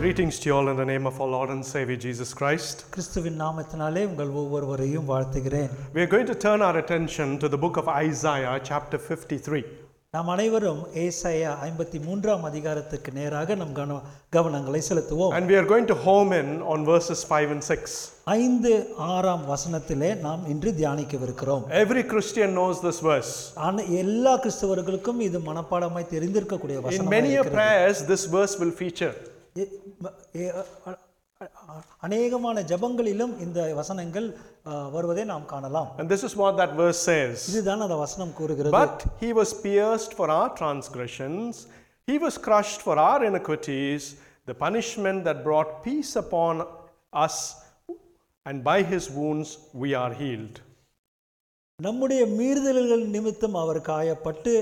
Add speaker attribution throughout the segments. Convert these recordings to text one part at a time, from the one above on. Speaker 1: Greetings to you all in the name of our Lord and Savior Jesus Christ.
Speaker 2: கிறிஸ்துவின் நாமத்தினாலே உங்கள் ஒவ்வொருவரையும் வாழ்த்துகிறேன்
Speaker 1: We are going to turn our attention to the book of Isaiah, chapter 53.
Speaker 2: நாம் அனைவரும் ஏசாயா ஐம்பத்தி மூன்றாம் அதிகாரத்துக்கு நேராக நம் கவன கவனங்களை செலுத்துவோம்
Speaker 1: And we are going to home in on verses 5 and 6.
Speaker 2: ஐந்து ஆறாம் வசனத்திலே நாம் இன்று தியானிக்கவிருக்கிறோம்
Speaker 1: Every Christian knows this verse.
Speaker 2: ஆனால் எல்லா கிறிஸ்தவர்களுக்கும் இது மனப்பாடமாய் தெரிந்திருக்கக்கூடிய
Speaker 1: In
Speaker 2: வசனம்
Speaker 1: many a prayers, this verse will feature.
Speaker 2: அநேகமான ஜபங்களிலும் இந்த வசனங்கள் ஆ, வருவதை நாம் காணலாம்
Speaker 1: And this is what that verse says.
Speaker 2: இதுதான் அந்த வசனம் கூறுகிறது
Speaker 1: But he was pierced for our transgressions, he was crushed for our iniquities. The punishment that brought peace upon us, and by his wounds we are healed.
Speaker 2: நம்முடைய மீறுதல்கள் நிமித்தம் அவர் காயப்பட்டு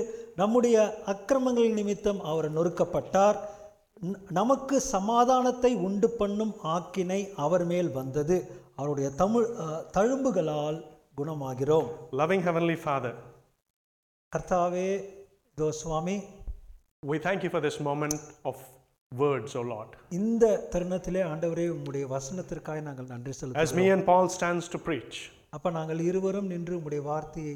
Speaker 2: நம்முடைய அக்கிரமங்கள் நிமித்தம் அவர் நொறுக்கப்பட்டார் ந- நமக்கு சமாதானத்தை உண்டு பண்ணும் ஆக்கினை அவர் மேல் வந்தது அவருடைய தமிழ் அஹ், தழும்புகளால் குணமாகிறோம்
Speaker 1: Loving Heavenly Father,
Speaker 2: கர்த்தாவே இதோ சுவாமி
Speaker 1: we thank you for this moment of words, O Lord.
Speaker 2: இந்த தருணத்திலே ஆண்டவரே உம்முடைய வசனத்திற்காக நாங்கள் நன்றி செலுத்தோம்
Speaker 1: As me and Paul stands to preach,
Speaker 2: அப்ப நாங்கள் இருவரும் நின்று உம்முடைய வார்த்தையை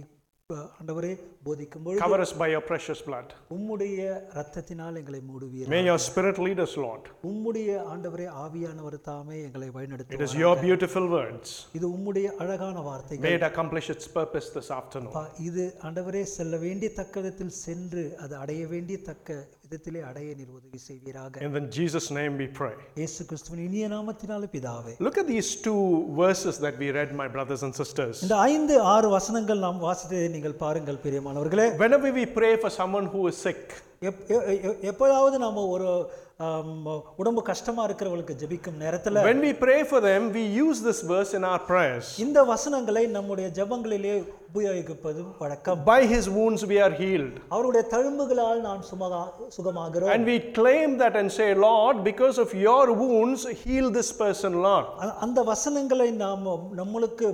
Speaker 2: அஹ், ஆண்டவரே போதிக்கும் பொழுது
Speaker 1: cover us by your precious blood.
Speaker 2: உம்முடைய இரத்தத்தினால் எங்களை மூடுவீர்
Speaker 1: May your spirit lead us, Lord.
Speaker 2: உம்முடைய ஆண்டவரே ஆவியானவர் தாமே எங்களை
Speaker 1: It is
Speaker 2: வழிநடத்துவார்
Speaker 1: your beautiful words.
Speaker 2: இது உம்முடைய அழகான வார்த்தைகள்
Speaker 1: May it accomplish its purpose this afternoon.
Speaker 2: அப்பா, இது ஆண்டவரே செல்ல வேண்டிய தக்க விதத்தில் சென்று அது அடைய வேண்டிய தக்க விதத்திலே அடைய நீர் உதவி செய்வீராக
Speaker 1: And in Jesus' name we pray.
Speaker 2: இயேசு கிறிஸ்துவின் இனிய நாமத்தினால பிதாவே
Speaker 1: Look at these two verses that we read, my brothers and sisters.
Speaker 2: இந்த ஐந்து ஆறு வசனங்கள் நாம் வாசித்ததை நீங்கள் பாருங்கள் பிரியமானவர்களே
Speaker 1: Whenever we pray for someone who is sick,
Speaker 2: எப்- எ- எ- எப்போதாவது நாம ஒரு ஆம், உடம்பு கஷ்டமா இருக்கிறவங்களுக்கு ஜெபிக்கும் நேரத்துல
Speaker 1: when we pray for them, we use this verse in our prayers.
Speaker 2: இந்த வசனங்களை நம்முடைய ஜெபங்களிலே உபயோகிப்பதும் வழக்கம்
Speaker 1: By his wounds we are healed.
Speaker 2: அவருடைய தழும்புகளால் நாம் சுமகா சுகமாகிறோம்
Speaker 1: And we claim that and say, Lord, because of your wounds, heal this person, Lord.
Speaker 2: அ- அந்த வசனங்களை நாம் நம்மளுக்கு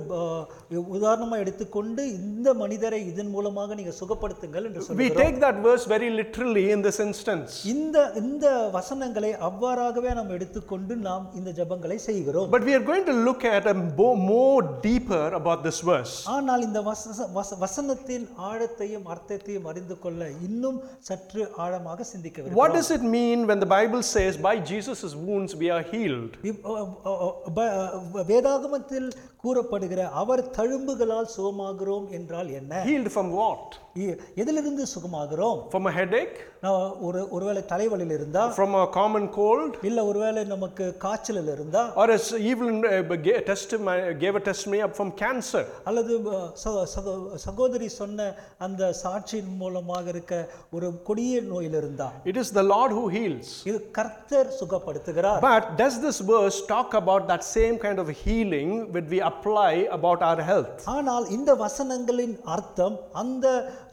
Speaker 2: உதாரணமாக எடுத்துக்கொண்டு இந்த மனிதரை இதன் மூலமாக நீங்க சுகப்படுத்துங்கள் என்று சொல்லி
Speaker 1: We take that verse very literally in this instance.
Speaker 2: இந்த இந்த வசனங்களை அவ்வாறாகவே நாம் எடுத்துக்கொண்டு நாம் இந்த ஜெபங்களை செய்கிறோம்
Speaker 1: But we are going to look at a bo- more deeper about this verse.
Speaker 2: ஆனால் இந்த வச வச- வசனத்தின் ஆழத்தையும் அர்த்தத்தையும் அறிந்து கொள்ள இன்னும் சற்று ஆழமாக சிந்திக்க வேண்டும்
Speaker 1: What does it mean when the Bible says, by Jesus' wounds we are healed?
Speaker 2: இப்- அ- அ- அ- ப- அ- வேதாகமத்தில் கூறப்படுகிற அவர் தழும்புகளால் சுகமாகிறோம் என்றால் என்ன
Speaker 1: Healed from what?
Speaker 2: இ- எதிலிருந்து சுகமாகிறோம்
Speaker 1: From a headache?
Speaker 2: நான் ஒரு ஒருவேளை தலைவலியில் இருந்தா
Speaker 1: From a common cold?
Speaker 2: இல்ல ஒருவேளை நமக்கு காய்ச்சலில் இருந்தா
Speaker 1: Or as Evelyn uh, ga- testimony, gave a testimony up from cancer.
Speaker 2: அல்லது அஹ், சகோ- சகோ- சகோதரி சொன்ன அந்த சாட்சியின் மூலமாக இருக்க ஒரு கொடிய நோயில் இருந்தா
Speaker 1: It is the Lord who heals.
Speaker 2: இது கர்த்தர் சுகப்படுத்துகிறார்
Speaker 1: But does this verse talk about that same kind of healing that we apply about our health?
Speaker 2: ஆனால் இந்த வசனங்களின் அர்த்தம் அந்த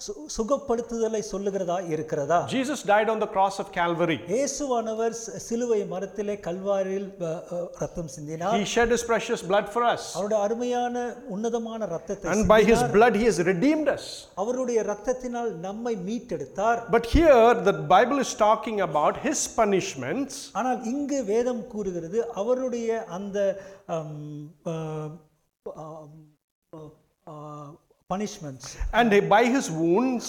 Speaker 2: சு- சுகப்படுத்துதலை சொல்லுகிறதா இருக்கிறதா
Speaker 1: Jesus died on the cross of Calvary.
Speaker 2: இயேசுவானவர் சி- சிலுவை மரத்திலே கல்வாரில் அஹ், அஹ், ரத்தம் சிந்தினார்
Speaker 1: He shed his precious blood for us.
Speaker 2: அவருடைய அருமையான உன்னதமான ரத்தத்தை
Speaker 1: And by his blood, he has redeemed us.
Speaker 2: அவருடைய ரத்தத்தினால் நம்மை மீட்டெடுத்தார்
Speaker 1: But here, the Bible is talking about his punishments.
Speaker 2: ஆனால் இங்கு வேதம் கூறுகிறது அவருடைய அந்த punishments
Speaker 1: And by his
Speaker 2: Oh.
Speaker 1: wounds,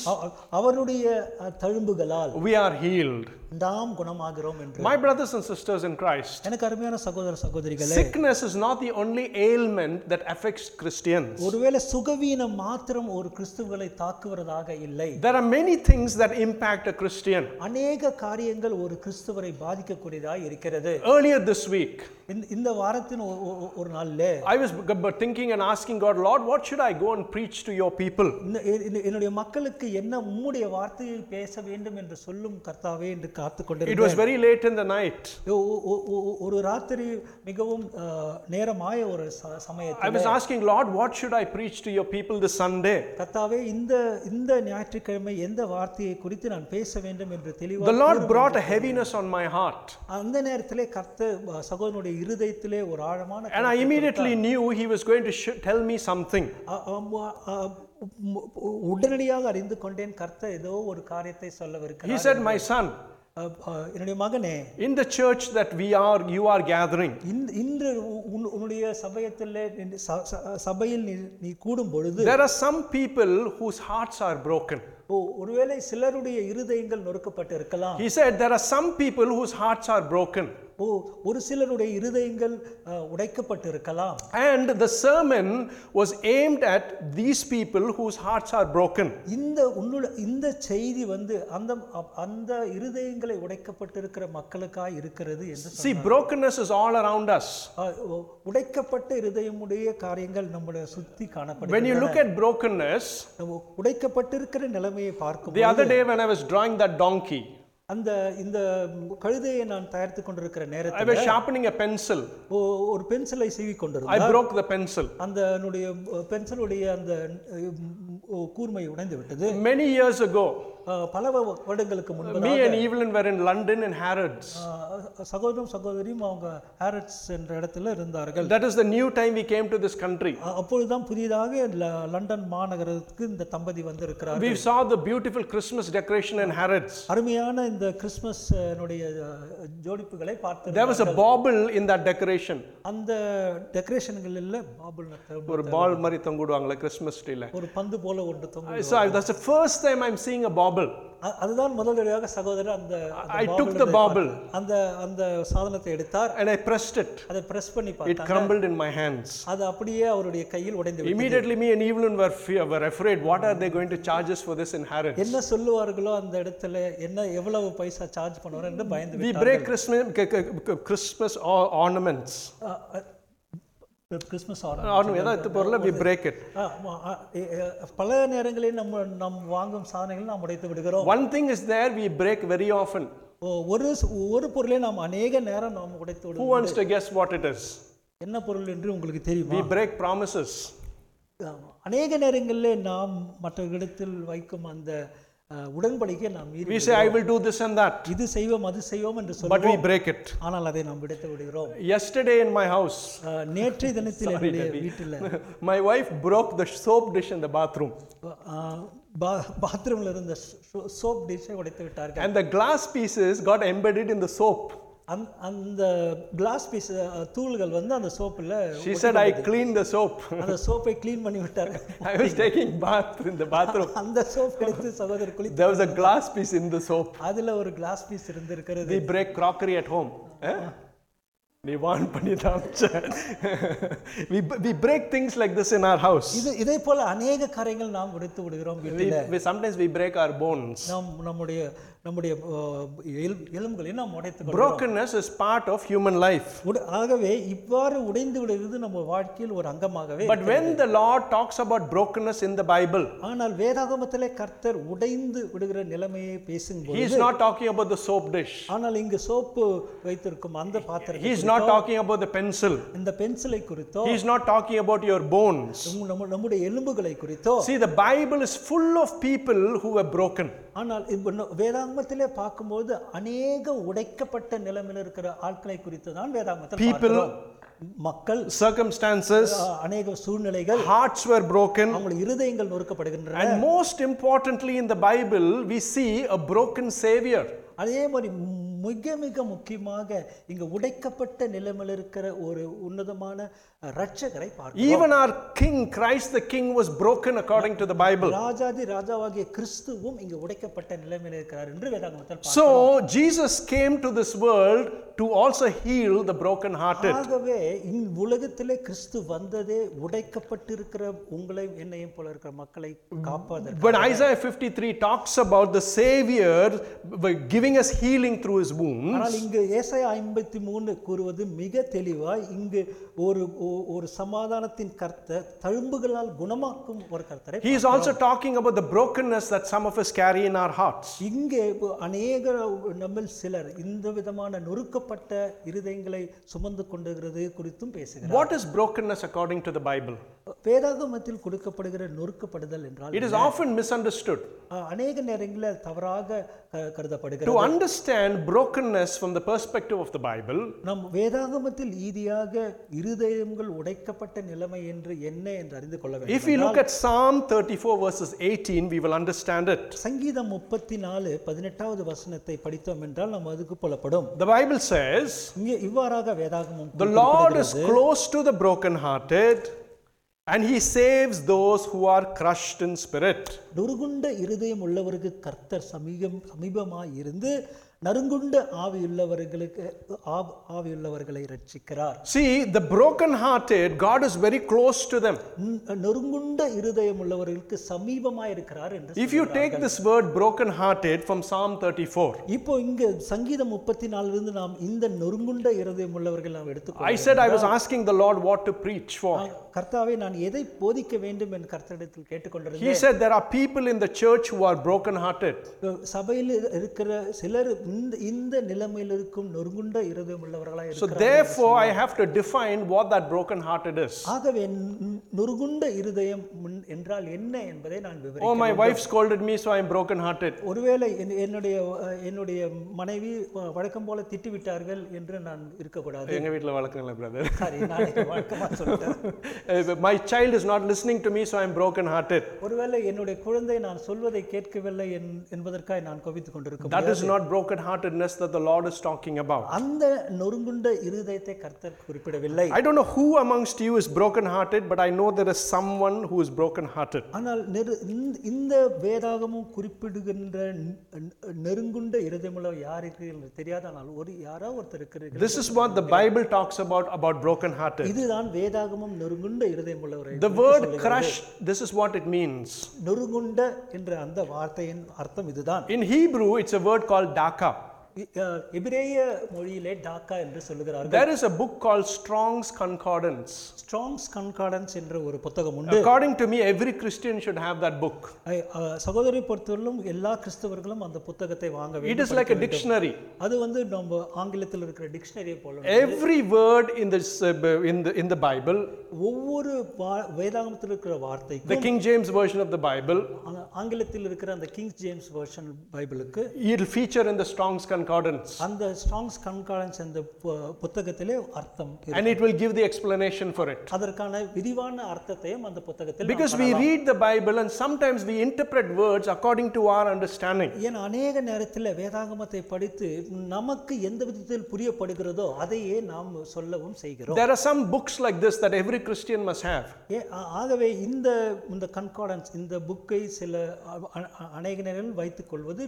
Speaker 2: அவருடைய அஹ், தழும்புகளால்
Speaker 1: we are healed.
Speaker 2: நாம் குணமாகிறோம் என்று
Speaker 1: My brothers and sisters in Christ,
Speaker 2: எனக்கு அருமையான சகோதர சகோதரிகளே
Speaker 1: sickness is not the only ailment that affects Christians.
Speaker 2: ஒருவேளை சுகவீனம் மாத்திரம் ஒரு கிறிஸ்துவர்களை தாக்குவதாக இல்லை
Speaker 1: There are many things that impact a Christian.
Speaker 2: அநேக காரியங்கள் ஒரு கிறிஸ்துவரை பாதிக்கக்கூடியதாக இருக்கிறது
Speaker 1: Earlier this week,
Speaker 2: இந்த- இந்த வாரத்தின் ஒ- ஒ- ஒ- ஒரு நாள்ல
Speaker 1: I was g- b- thinking and asking God, Lord, what should I go and preach to your people?
Speaker 2: இந்த- இந்த- என்னுடைய மக்களுக்கு என்ன உம்முடைய வார்த்தையை பேச வேண்டும் என்று சொல்லும் கர்த்தாவே என்று காத்து
Speaker 1: It
Speaker 2: கொண்டிருந்தேன்
Speaker 1: was very late in the night.
Speaker 2: ஒ- ஒ- ஒ- ஒ- ஒரு ராத்திரி மிகவும் அஹ், நேரமாய ஒரு ச-
Speaker 1: I
Speaker 2: சமயத்தில்
Speaker 1: was asking, Lord, what should I preach to your people this Sunday?
Speaker 2: கர்த்தாவே இந்த இந்த ஞாயிற்றுக்கிழமை எந்த வார்த்தையை குறித்து நான் பேச வேண்டும் என்று
Speaker 1: The
Speaker 2: தெளிவாக
Speaker 1: Lord brought a heaviness on my heart.
Speaker 2: அந்த நேரத்திலே கர்த்த சகோதரனுடைய இருதயத்திலே ஒரு ஆழமான
Speaker 1: And I immediately knew He was going to sh- tell me something.
Speaker 2: அ- அம்- அ- உம் உடனடியாக அறிந்து கொண்டேன் கர்த்த ஏதோ ஒரு காரியத்தை சொல்லவிருக்கிறார்
Speaker 1: He said, My son,
Speaker 2: அஹ், அஹ், என்னுடைய மகனே
Speaker 1: In the church that we are, you are gathering,
Speaker 2: இந்த- இன்று உன்- உன்- உன்னுடைய சபையத்தில் நின்று ச- ச- சபையில் நீ நீ கூடும் பொழுது
Speaker 1: there are some people whose hearts are broken.
Speaker 2: ஓ- ஒருவேளை சிலருடைய இருதயங்கள் நொறுக்கப்பட்டு இருக்கலாம்
Speaker 1: He said, There are some people whose hearts are broken.
Speaker 2: ஓ ஒரு சிலருடைய இருதயங்கள் அஹ், உடைக்கப்பட்டு இருக்கலாம்
Speaker 1: And the sermon was aimed at these people whose hearts are broken.
Speaker 2: இந்த உன்னுடைய இந்த செய்தி வந்து அந்த அப்- அந்த இருதயங்களை உடைக்கப்பட்டிருக்கிற மக்களுக்காய் இருக்கிறது என்று சொல்-
Speaker 1: See, brokenness is all around us.
Speaker 2: ஆ, உ- உடைக்கப்பட்ட இருதயமுடைய காரியங்கள் நம்மளை சுத்தி காணப்படுகிறது
Speaker 1: When you look at brokenness,
Speaker 2: நம்ம உடைக்கப்பட்டிருக்கிற நிலைமையை பார்க்கும்
Speaker 1: the other day when I was drawing that donkey,
Speaker 2: அந்த இந்த கழுதையை நான் தயாரித்து கொண்டிருக்கிற
Speaker 1: I
Speaker 2: நேரத்தில்
Speaker 1: was sharpening a pencil.
Speaker 2: ஒ- ஒரு பென்சிலை சீவி கொண்டிருந்தேன்
Speaker 1: I broke the pencil.
Speaker 2: அந்த என்னுடைய பென்சிலுடைய அந்த உம், உம், கூர்மை உடைந்து விட்டது
Speaker 1: Many years ago,
Speaker 2: ஆ, பல வ- வருடங்களுக்கு முன்பு
Speaker 1: me and Evelyn were in London in Harrods.
Speaker 2: ஆஹ் சகோதரரும் சகோதரியும் அவங்க ஹேரட்ஸ் என்ற இடத்துல இருந்தார்கள்
Speaker 1: That is the new time we came to this country.
Speaker 2: அ- அப்பொழுதுதான் புதிதாக ல- லண்டன் மாநகரத்துக்கு இந்த தம்பதி வந்திருக்கிறார்
Speaker 1: We saw the beautiful Christmas decoration in Harrods.
Speaker 2: அருமையான இந்த கிறிஸ்மஸ் னுடைய அஹ், ஜோடிப்புகளை பார்த்து
Speaker 1: There was a bauble in that decoration.
Speaker 2: அந்த டெக்கரேஷன்களில் பாபுல் நட்டம்
Speaker 1: ஒரு பால் மாதிரி தொங்கிடுவாங்களே கிறிஸ்மஸ் ட்ரீல
Speaker 2: ஒரு பந்து போல ஒன்று தொங்கும்
Speaker 1: So I- that's the first time I'm seeing a bauble.
Speaker 2: அ- அதுதான் முதல் தடவையாக சகோதரர் அந்த அந்த
Speaker 1: I took
Speaker 2: பாபுல்
Speaker 1: the
Speaker 2: நட்டை
Speaker 1: bauble
Speaker 2: பார்த்து- அந்த அந்த சாதனத்தை எடுத்தார்
Speaker 1: and I pressed it.
Speaker 2: அதை பிரஸ் பண்ணி
Speaker 1: It
Speaker 2: பார்த்தார்
Speaker 1: crumbled in my hands.
Speaker 2: அது அப்படியே அவருடைய கையில் உடைந்து விட்டது.
Speaker 1: Immediately, me and Evelyn were, fear, were afraid. What are they going to charge us for this in Harrods?
Speaker 2: என்ன சொல்லுவார்களோ அந்த இடத்துல என்ன எவ்வளவு பைசா சார்ஜ் பண்ணுவாரோ என்று பயந்து
Speaker 1: We break Christmas, k- k- k- Christmas or- ornaments.
Speaker 2: Ah, ah, Christmas order
Speaker 1: Ornament, ஏதாவது பொருளை we break it.
Speaker 2: பல நேரங்களில் நம்ம நாம் வாங்கும் சாதனைகளை நாம் உடைத்து விடுகிறோம்
Speaker 1: One thing is there, we break very often.
Speaker 2: ஒ- ஒரு ச- ஒரு பொருளை நாம் அநேக நேரம் நாம் உடைத்து
Speaker 1: Who
Speaker 2: விடுவோம்
Speaker 1: wants to guess what it is?
Speaker 2: என்ன பொருள் என்று உங்களுக்கு தெரியுமா
Speaker 1: We break promises.
Speaker 2: ஆமா. அநேக நேரங்களில் நாம் மற்றவர்களிடத்தில் வைக்கும் அந்த அஹ், உடன்படிக்கை நாம் மீறி
Speaker 1: We say, I will do this and that,
Speaker 2: இது செய்வோம் அது செய்வோம் என்று
Speaker 1: but
Speaker 2: சொல்லுவோம்
Speaker 1: we break it.
Speaker 2: ஆனால் அதை நாம் விடுத்து விடுகிறோம்
Speaker 1: Yesterday in my house,
Speaker 2: அஹ், நேற்றைய தினத்தில் என்னுடைய வீட்டில்
Speaker 1: my wife broke the soap dish in the bathroom,
Speaker 2: பாத்ரூமில் இருந்த சோப் டிஷ்ஷை உடைத்து விட்டார்கள்
Speaker 1: and the glass pieces got embedded in the soap.
Speaker 2: அந்- அந்த கிளாஸ் பீஸ் தூள்கள் வந்து அந்த சோப்பில்
Speaker 1: She said, I cleaned the soap.
Speaker 2: அந்த சோப்பை க்ளீன் பண்ணி விட்டார்கள்
Speaker 1: I was taking bath in the bathroom.
Speaker 2: அந்த சோப் எடுத்து சகோதரர் குளி
Speaker 1: There was a glass piece in the soap.
Speaker 2: அதுல ஒரு கிளாஸ் பீஸ் இருந்திருக்கிறது
Speaker 1: We break crockery at home. eh? நீ வான் பண்ணி தான் we, we break things like this in our house.
Speaker 2: இது இதை போல அநேக காரியங்கள் நாம் உடைத்து விடுகிறோம்
Speaker 1: We,
Speaker 2: வீட்டில்
Speaker 1: we, sometimes we break our bones.
Speaker 2: நாம் நம்முடைய நம்முடைய அஹ், எலும்- எலும்புகளை நாம் உடைத்து கொள்கிறோம்.
Speaker 1: Brokenness is part of human life.
Speaker 2: உட- ஆகவே இவ்வாறு உடைந்து விடுகிறது நம்ம வாழ்க்கையில் ஒரு அங்கமாகவே
Speaker 1: But when the Lord talks about brokenness in the Bible,
Speaker 2: ஆனால் வேதாகமத்திலே கர்த்தர் உடைந்து விடுகிற நிலைமையை பேசும்போது
Speaker 1: He is not talking about the soap dish.
Speaker 2: ஆனால் இங்கு சோப்பு வைத்திருக்கும் அந்த
Speaker 1: He
Speaker 2: பாத்திரம்
Speaker 1: is not talking about the pencil.
Speaker 2: இந்த பென்சிலை குறித்தோ
Speaker 1: He is not talking about your bones.
Speaker 2: நம்ம- நம்ம- நம்முடைய எலும்புகளை குறித்தோ
Speaker 1: See, the Bible is full of people who were broken.
Speaker 2: ஆனால் இப்ப ந- வேதாகமத்திலே பார்க்கும்போது அநேக உடைக்கப்பட்ட நிலைமையில் இருக்கிற ஆட்களை குறித்து தான் வேதாகமத்தில்
Speaker 1: People-
Speaker 2: பார்க்கிறோம். மக்கள்
Speaker 1: Circumstances,
Speaker 2: அ, அநேக சூழ்நிலைகள்
Speaker 1: hearts were broken.
Speaker 2: அவங்களுடைய இருதயங்கள் நொறுக்கப்படுகின்றன
Speaker 1: And most importantly, in the Bible, we see a broken Savior.
Speaker 2: அதே மாதிரி மிக மிக முக்கியமாக இங்க உடைக்கப்பட்ட நிலைமையில் இருக்கிற ஒரு உன்னதமான ரட்சகரை பார்க்கிறோம்
Speaker 1: Even our King, Christ the King, was broken according to the Bible.
Speaker 2: ராஜாதி ராஜாவாகிய கிறிஸ்துவும் இங்கு உடைக்கப்பட்ட நிலைமையில் இருக்கிறார் என்று வேதாகமத்தில் பார்க்கிறோம்.
Speaker 1: So, Jesus came to this world to also heal the brokenhearted.
Speaker 2: ஆகவே இந் உலகத்திலே கிறிஸ்து வந்ததே உடைக்கப்பட்டிருக்கிற உங்களையும் என்னையும் போல இருக்கிற மக்களை காப்பாதற்கு
Speaker 1: When Isaiah 53 talks about the Savior giving us healing through his wound,
Speaker 2: ஆனால் இங்கு ஏசாய ஐம்பத்தி மூணு கூறுவது மிக தெளிவாய் இங்கு ஒரு ஒ- ஒரு சமாதானத்தின் கர்த்தர் தழும்புகளால் குணமாக்கும் ஒரு கர்த்தரை
Speaker 1: he is also talking about the brokenness that some of us carry in our hearts.
Speaker 2: இங்கே இப்போ அநேக நம்மில் சிலர் இந்த விதமான நொறுக்கப்பட்ட இருதயங்களை சுமந்து கொண்டுகிறது குறித்தும் பேசுகிறார்
Speaker 1: What is brokenness according to the Bible?
Speaker 2: வேதாகமத்தில் கொடுக்கப்படுகிற நொறுக்கப்படுதல் என்றால்
Speaker 1: It is often misunderstood.
Speaker 2: அஹ், அநேக நேரங்களில் தவறாக அஹ், கருதப்படுகிறது
Speaker 1: To understand brokenness from the perspective of the Bible,
Speaker 2: நம் வேதாகமத்தில் ஈதியாக இருதயங்கள் உடைக்கப்பட்ட நிலைமை என்று என்ன என்று அறிந்து கொள்ள வேண்டும்
Speaker 1: if we look at Psalm 34, verses 18, we will understand it.
Speaker 2: சங்கீதம் முப்பத்தி நாலு பதினெட்டாவது வசனத்தை படித்தோம் என்றால் நாம் அதுக்கு புலப்படும்
Speaker 1: The Bible says,
Speaker 2: இங்கே இவ்வாறாக வேதாகமம்
Speaker 1: The Lord is close to the brokenhearted, and he saves those who are crushed in spirit.
Speaker 2: நொறுகுண்ட இருதயம் உள்ளவருக்கு கர்த்தர் சமீபம் சமீபமாய் இருந்து நறுங்குண்ட ஆவியுள்ளவர்களுக்கு ஆவ் ஆவியுள்ளவர்களை ரட்சிக்கிறார்
Speaker 1: See, the brokenhearted, God is very close to them.
Speaker 2: ந- நொறுங்குண்ட இருதயம் உள்ளவர்களுக்கு சமீபமாய் இருக்கிறார் என்று
Speaker 1: If you take this word brokenhearted from Psalm 34,
Speaker 2: இப்போ இங்க சங்கீதம் முப்பத்தி நாலிலிருந்து நாம் இந்த நொறுங்குண்ட இருதயம் உள்ளவர்கள் நாம் எடுத்துக்கொள்ள
Speaker 1: I said I was asking the Lord what to preach for.
Speaker 2: கர்த்தாவே நான் எதை போதிக்க வேண்டும் என்று கர்த்தரிடத்தில் கேட்டுக்கொண்டிருந்தேன்
Speaker 1: He said there are people in the church who are brokenhearted.
Speaker 2: சபையில் இருக்கிற சிலர் இந்த இந்த நிலைமையில் இருக்கும் நொறுங்குண்ட இருதயம் உள்ளவர்களாய்
Speaker 1: So
Speaker 2: இருக்கிறார்
Speaker 1: therefore, I have to define what that brokenhearted is.
Speaker 2: ஆகவே நு- நொறுங்குண்ட இருதயம் முன் என்றால் என்ன என்பதை நான் விவரி
Speaker 1: Oh, my wife scolded me, so I'm brokenhearted.
Speaker 2: ஒருவேளை என்- என்னுடைய அஹ், என்னுடைய மனைவி வ- வழக்கம் போல திட்டி விட்டார்கள் என்று நான் இருக்கக்கூடாது
Speaker 1: எங்க வீட்ல வளர்க்கல brother.
Speaker 2: சாரி நான் இதை வழக்கமா சொல்லிட்டேன்
Speaker 1: Uh, My child is not listening to me, so I'm brokenhearted.
Speaker 2: ஒருவேளை என்னுடைய குழந்தை நான் சொல்வதை கேட்கவில்லை என்- என்பதற்காய் நான் கோபித்துக் கொண்டிருக்க
Speaker 1: That is not brokenheartedness that the Lord is talking about.
Speaker 2: அந்த நொறுங்குண்ட இருதயத்தை கர்த்தர் குறிப்பிடவில்லை
Speaker 1: I don't know who amongst you is brokenhearted, but I know there is someone who is brokenhearted.
Speaker 2: ஆனால் நெரு இந்த- இந்த வேதாகமும் குறிப்பிடுகின்ற நெ- நெருங்குண்ட இருதயமுள்ள யார் இருக்கிறீர்கள் என்று தெரியாது ஆனால் ஒரு யாரோ ஒருத்தர் இருக்கிறீர்கள்
Speaker 1: This is what the Bible talks about about brokenhearted.
Speaker 2: இதுதான் வேதாகமும் நெருங்குண்ட இருதயமுள்ளவரை
Speaker 1: The word crushed, this is what it means.
Speaker 2: நெருங்குண்ட என்ற அந்த வார்த்தையின் அர்த்தம் இதுதான்
Speaker 1: In Hebrew, it's a word called daka.
Speaker 2: இ- அஹ், எபிரேய மொழியிலே டாக்கா என்று சொல்லுகிறார்கள்
Speaker 1: There is a book called Strong's Concordance.
Speaker 2: Strong's Concordance என்ற ஒரு புத்தகம் உண்டு
Speaker 1: According to me, every Christian should have that book.
Speaker 2: ஐ- அஹ், சகோதரி பொறுத்தவரையிலும் எல்லா கிறிஸ்தவர்களும் அந்த புத்தகத்தை வாங்க
Speaker 1: It
Speaker 2: வேண்டும்
Speaker 1: is like a dictionary.
Speaker 2: அது வந்து நம்ம ஆங்கிலத்தில் இருக்கிற டிக்ஷனரியை போல
Speaker 1: Every word in this uh, b- in the in the Bible,
Speaker 2: ஒவ்வொரு வா- வேதாகமத்தில் இருக்கிற வார்த்தைக்கும்
Speaker 1: the King James version of the Bible,
Speaker 2: ஆ- ஆங்கிலத்தில் இருக்கிற அந்த கிங்ஸ் ஜேம்ஸ் வெர்ஷன் பைபிளுக்கு
Speaker 1: it'll feature in the Strong's Concordance,
Speaker 2: அந்த ஸ்ட்ராங்ஸ் கன்காலன்ஸ் அந்த பு- புத்தகத்திலே அர்த்தம் இருக்கு.
Speaker 1: and it will give the explanation for it.
Speaker 2: அதற்கான விரிவான அர்த்தத்தையும் அந்த புத்தகத்தில் நாம்
Speaker 1: Because we read the Bible and sometimes we interpret words according to our understanding.
Speaker 2: ஏன் அநேக நேரத்தில் வேதாகமத்தை படித்து நமக்கு எந்த விதத்தில் புரியப்படுகிறதோ அதையே நாம் சொல்லவும் செய்கிறோம்
Speaker 1: There are some books like this that every Christian must have.
Speaker 2: ஏ ஆ- ஆகவே இந்த இந்த கன்கார்டன்ஸ் இந்த புக்கை சில அ- அ- அ- அநேக நேரங்களில் வைத்துக் கொள்வது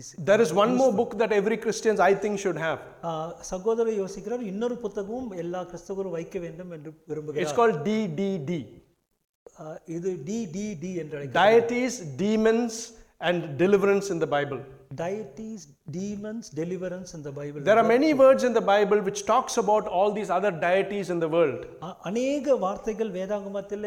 Speaker 2: easy
Speaker 1: There is one more book that every Christian, I think, should have.
Speaker 2: ஆ, சகோதரர் யோசிக்கிறார் இன்னொரு புத்தகமும் எல்லா கிறிஸ்தவரும் வைக்க வேண்டும் என்று
Speaker 1: It's
Speaker 2: விரும்புகிறார்
Speaker 1: called DDD.
Speaker 2: ஆ, இது டிடிடி என்று அழைக்க
Speaker 1: Deities, demons, and deliverance in the Bible.
Speaker 2: டயட்டிஸ் demons deliverance இந்த Bible
Speaker 1: There are many words in the Bible which talks about all these other deities in the world.
Speaker 2: அநேக வார்த்தைகள் வேதாகமத்தில்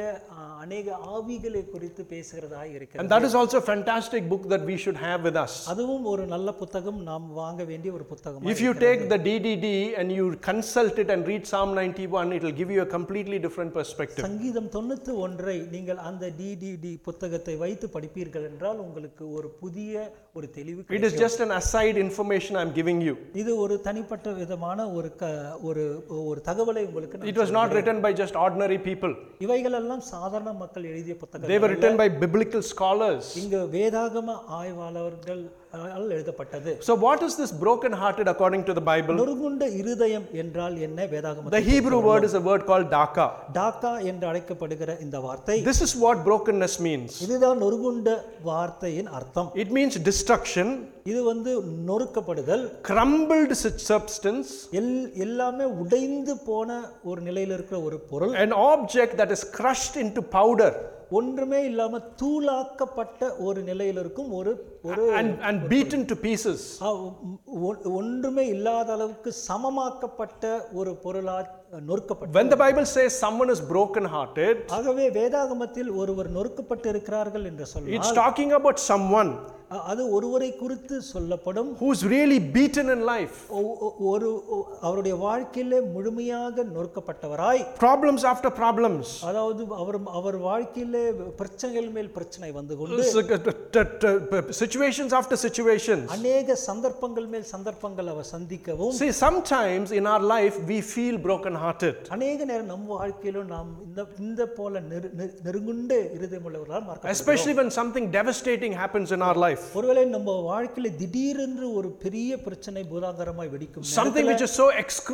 Speaker 2: அநேக ஆவிகளை குறித்து பேசுகிறதா இருக்கிறது
Speaker 1: And that is also a fantastic book that we should have with us.
Speaker 2: அதுவும் ஒரு நல்ல புத்தகம் நாம் வாங்க வேண்டிய ஒரு புத்தகம்
Speaker 1: If you take the DDD and you consult it and read Psalm 91, it will give you a completely different perspective.
Speaker 2: சங்கீதம் தொண்ணூற்றி ஒன்றை நீங்கள் அந்த டிடிடி புத்தகத்தை வைத்து படிப்பீர்கள் என்றால் உங்களுக்கு ஒரு புதிய ஒரு தெளிவு
Speaker 1: It is just an aside information I'm giving you.
Speaker 2: இது ஒரு தனிப்பட்ட விதமான ஒரு க ஒரு ஒரு தகவலை உங்களுக்கு நான்
Speaker 1: It was not written by just ordinary people.
Speaker 2: இவைகளெல்லாம் சாதாரண மக்கள் எழுதிய புத்தகம்
Speaker 1: They were written by biblical scholars.
Speaker 2: இங்கு வேதாகம ஆய்வாளர்கள் எழுதப்பட்டது
Speaker 1: So what is this broken-hearted according to the Bible?
Speaker 2: நொறுங்குண்ட இருதயம் என்றால் என்ன வேதாகம
Speaker 1: The Hebrew word is a word called daka.
Speaker 2: Dhaka என்று அழைக்கப்படுகிற இந்த வார்த்தை
Speaker 1: This is what brokenness means.
Speaker 2: இதுதான் நொறுங்குண்ட வார்த்தையின் அர்த்தம்
Speaker 1: It means destruction,
Speaker 2: இது வந்து நொறுக்கப்படுதல்
Speaker 1: crumbled su- substance,
Speaker 2: எல் எல்லாமே உடைந்து போன ஒரு நிலையில் இருக்கிற ஒரு பொருள்
Speaker 1: an object that is crushed into powder.
Speaker 2: ஒன்றுமே இல்லாம தூளாக்கப்பட்ட ஒரு நிலையில் இருக்கும் ஒரு ஒரு
Speaker 1: and, and beaten to pieces.
Speaker 2: ஆ, ஒ- ஒன்றுமே இல்லாத அளவுக்கு சமமாக்கப்பட்ட ஒரு பொருளா நொறுக்கப்பட்ட
Speaker 1: When the Bible says someone is brokenhearted,
Speaker 2: ஆகவே வேதாகமத்தில் ஒருவர் நொறுக்கப்பட்டு இருக்கிறார்கள் என்று சொல்ல
Speaker 1: it's talking about someone
Speaker 2: அது ஒருவரை குறித்து சொல்லப்படும்
Speaker 1: who's really beaten in life.
Speaker 2: ஒ- ஒ- ஒரு ஒ- அவருடைய வாழ்க்கையிலே முழுமையாக நொறுக்கப்பட்டவராய்
Speaker 1: Problems after problems.
Speaker 2: அதாவது அவர் அவர் வாழ்க்கையிலே பிரச்சனைகள் மேல் பிரச்சனை வந்து கொண்டு
Speaker 1: S- t- t- t- Situations after situations.
Speaker 2: அநேக சந்தர்ப்பங்கள் மேல் சந்தர்ப்பங்கள் அவர் சந்திக்கவும்
Speaker 1: See, sometimes in our life we feel brokenhearted.
Speaker 2: அநேக நேரம் நம் வாழ்க்கையிலும் நாம் இந்த இந்த போல நெரு நெரு- நெருங்குண்டு இருதயம் உள்ளவர்களால் மார்க்க
Speaker 1: Especially when something devastating happens in our life.
Speaker 2: ஒருவேளை நம்ம வாழ்க்கையில திடீரென்று ஒரு பெரிய பிரச்சனை பூதாகரமாய் வெடிக்கும்
Speaker 1: Something which is so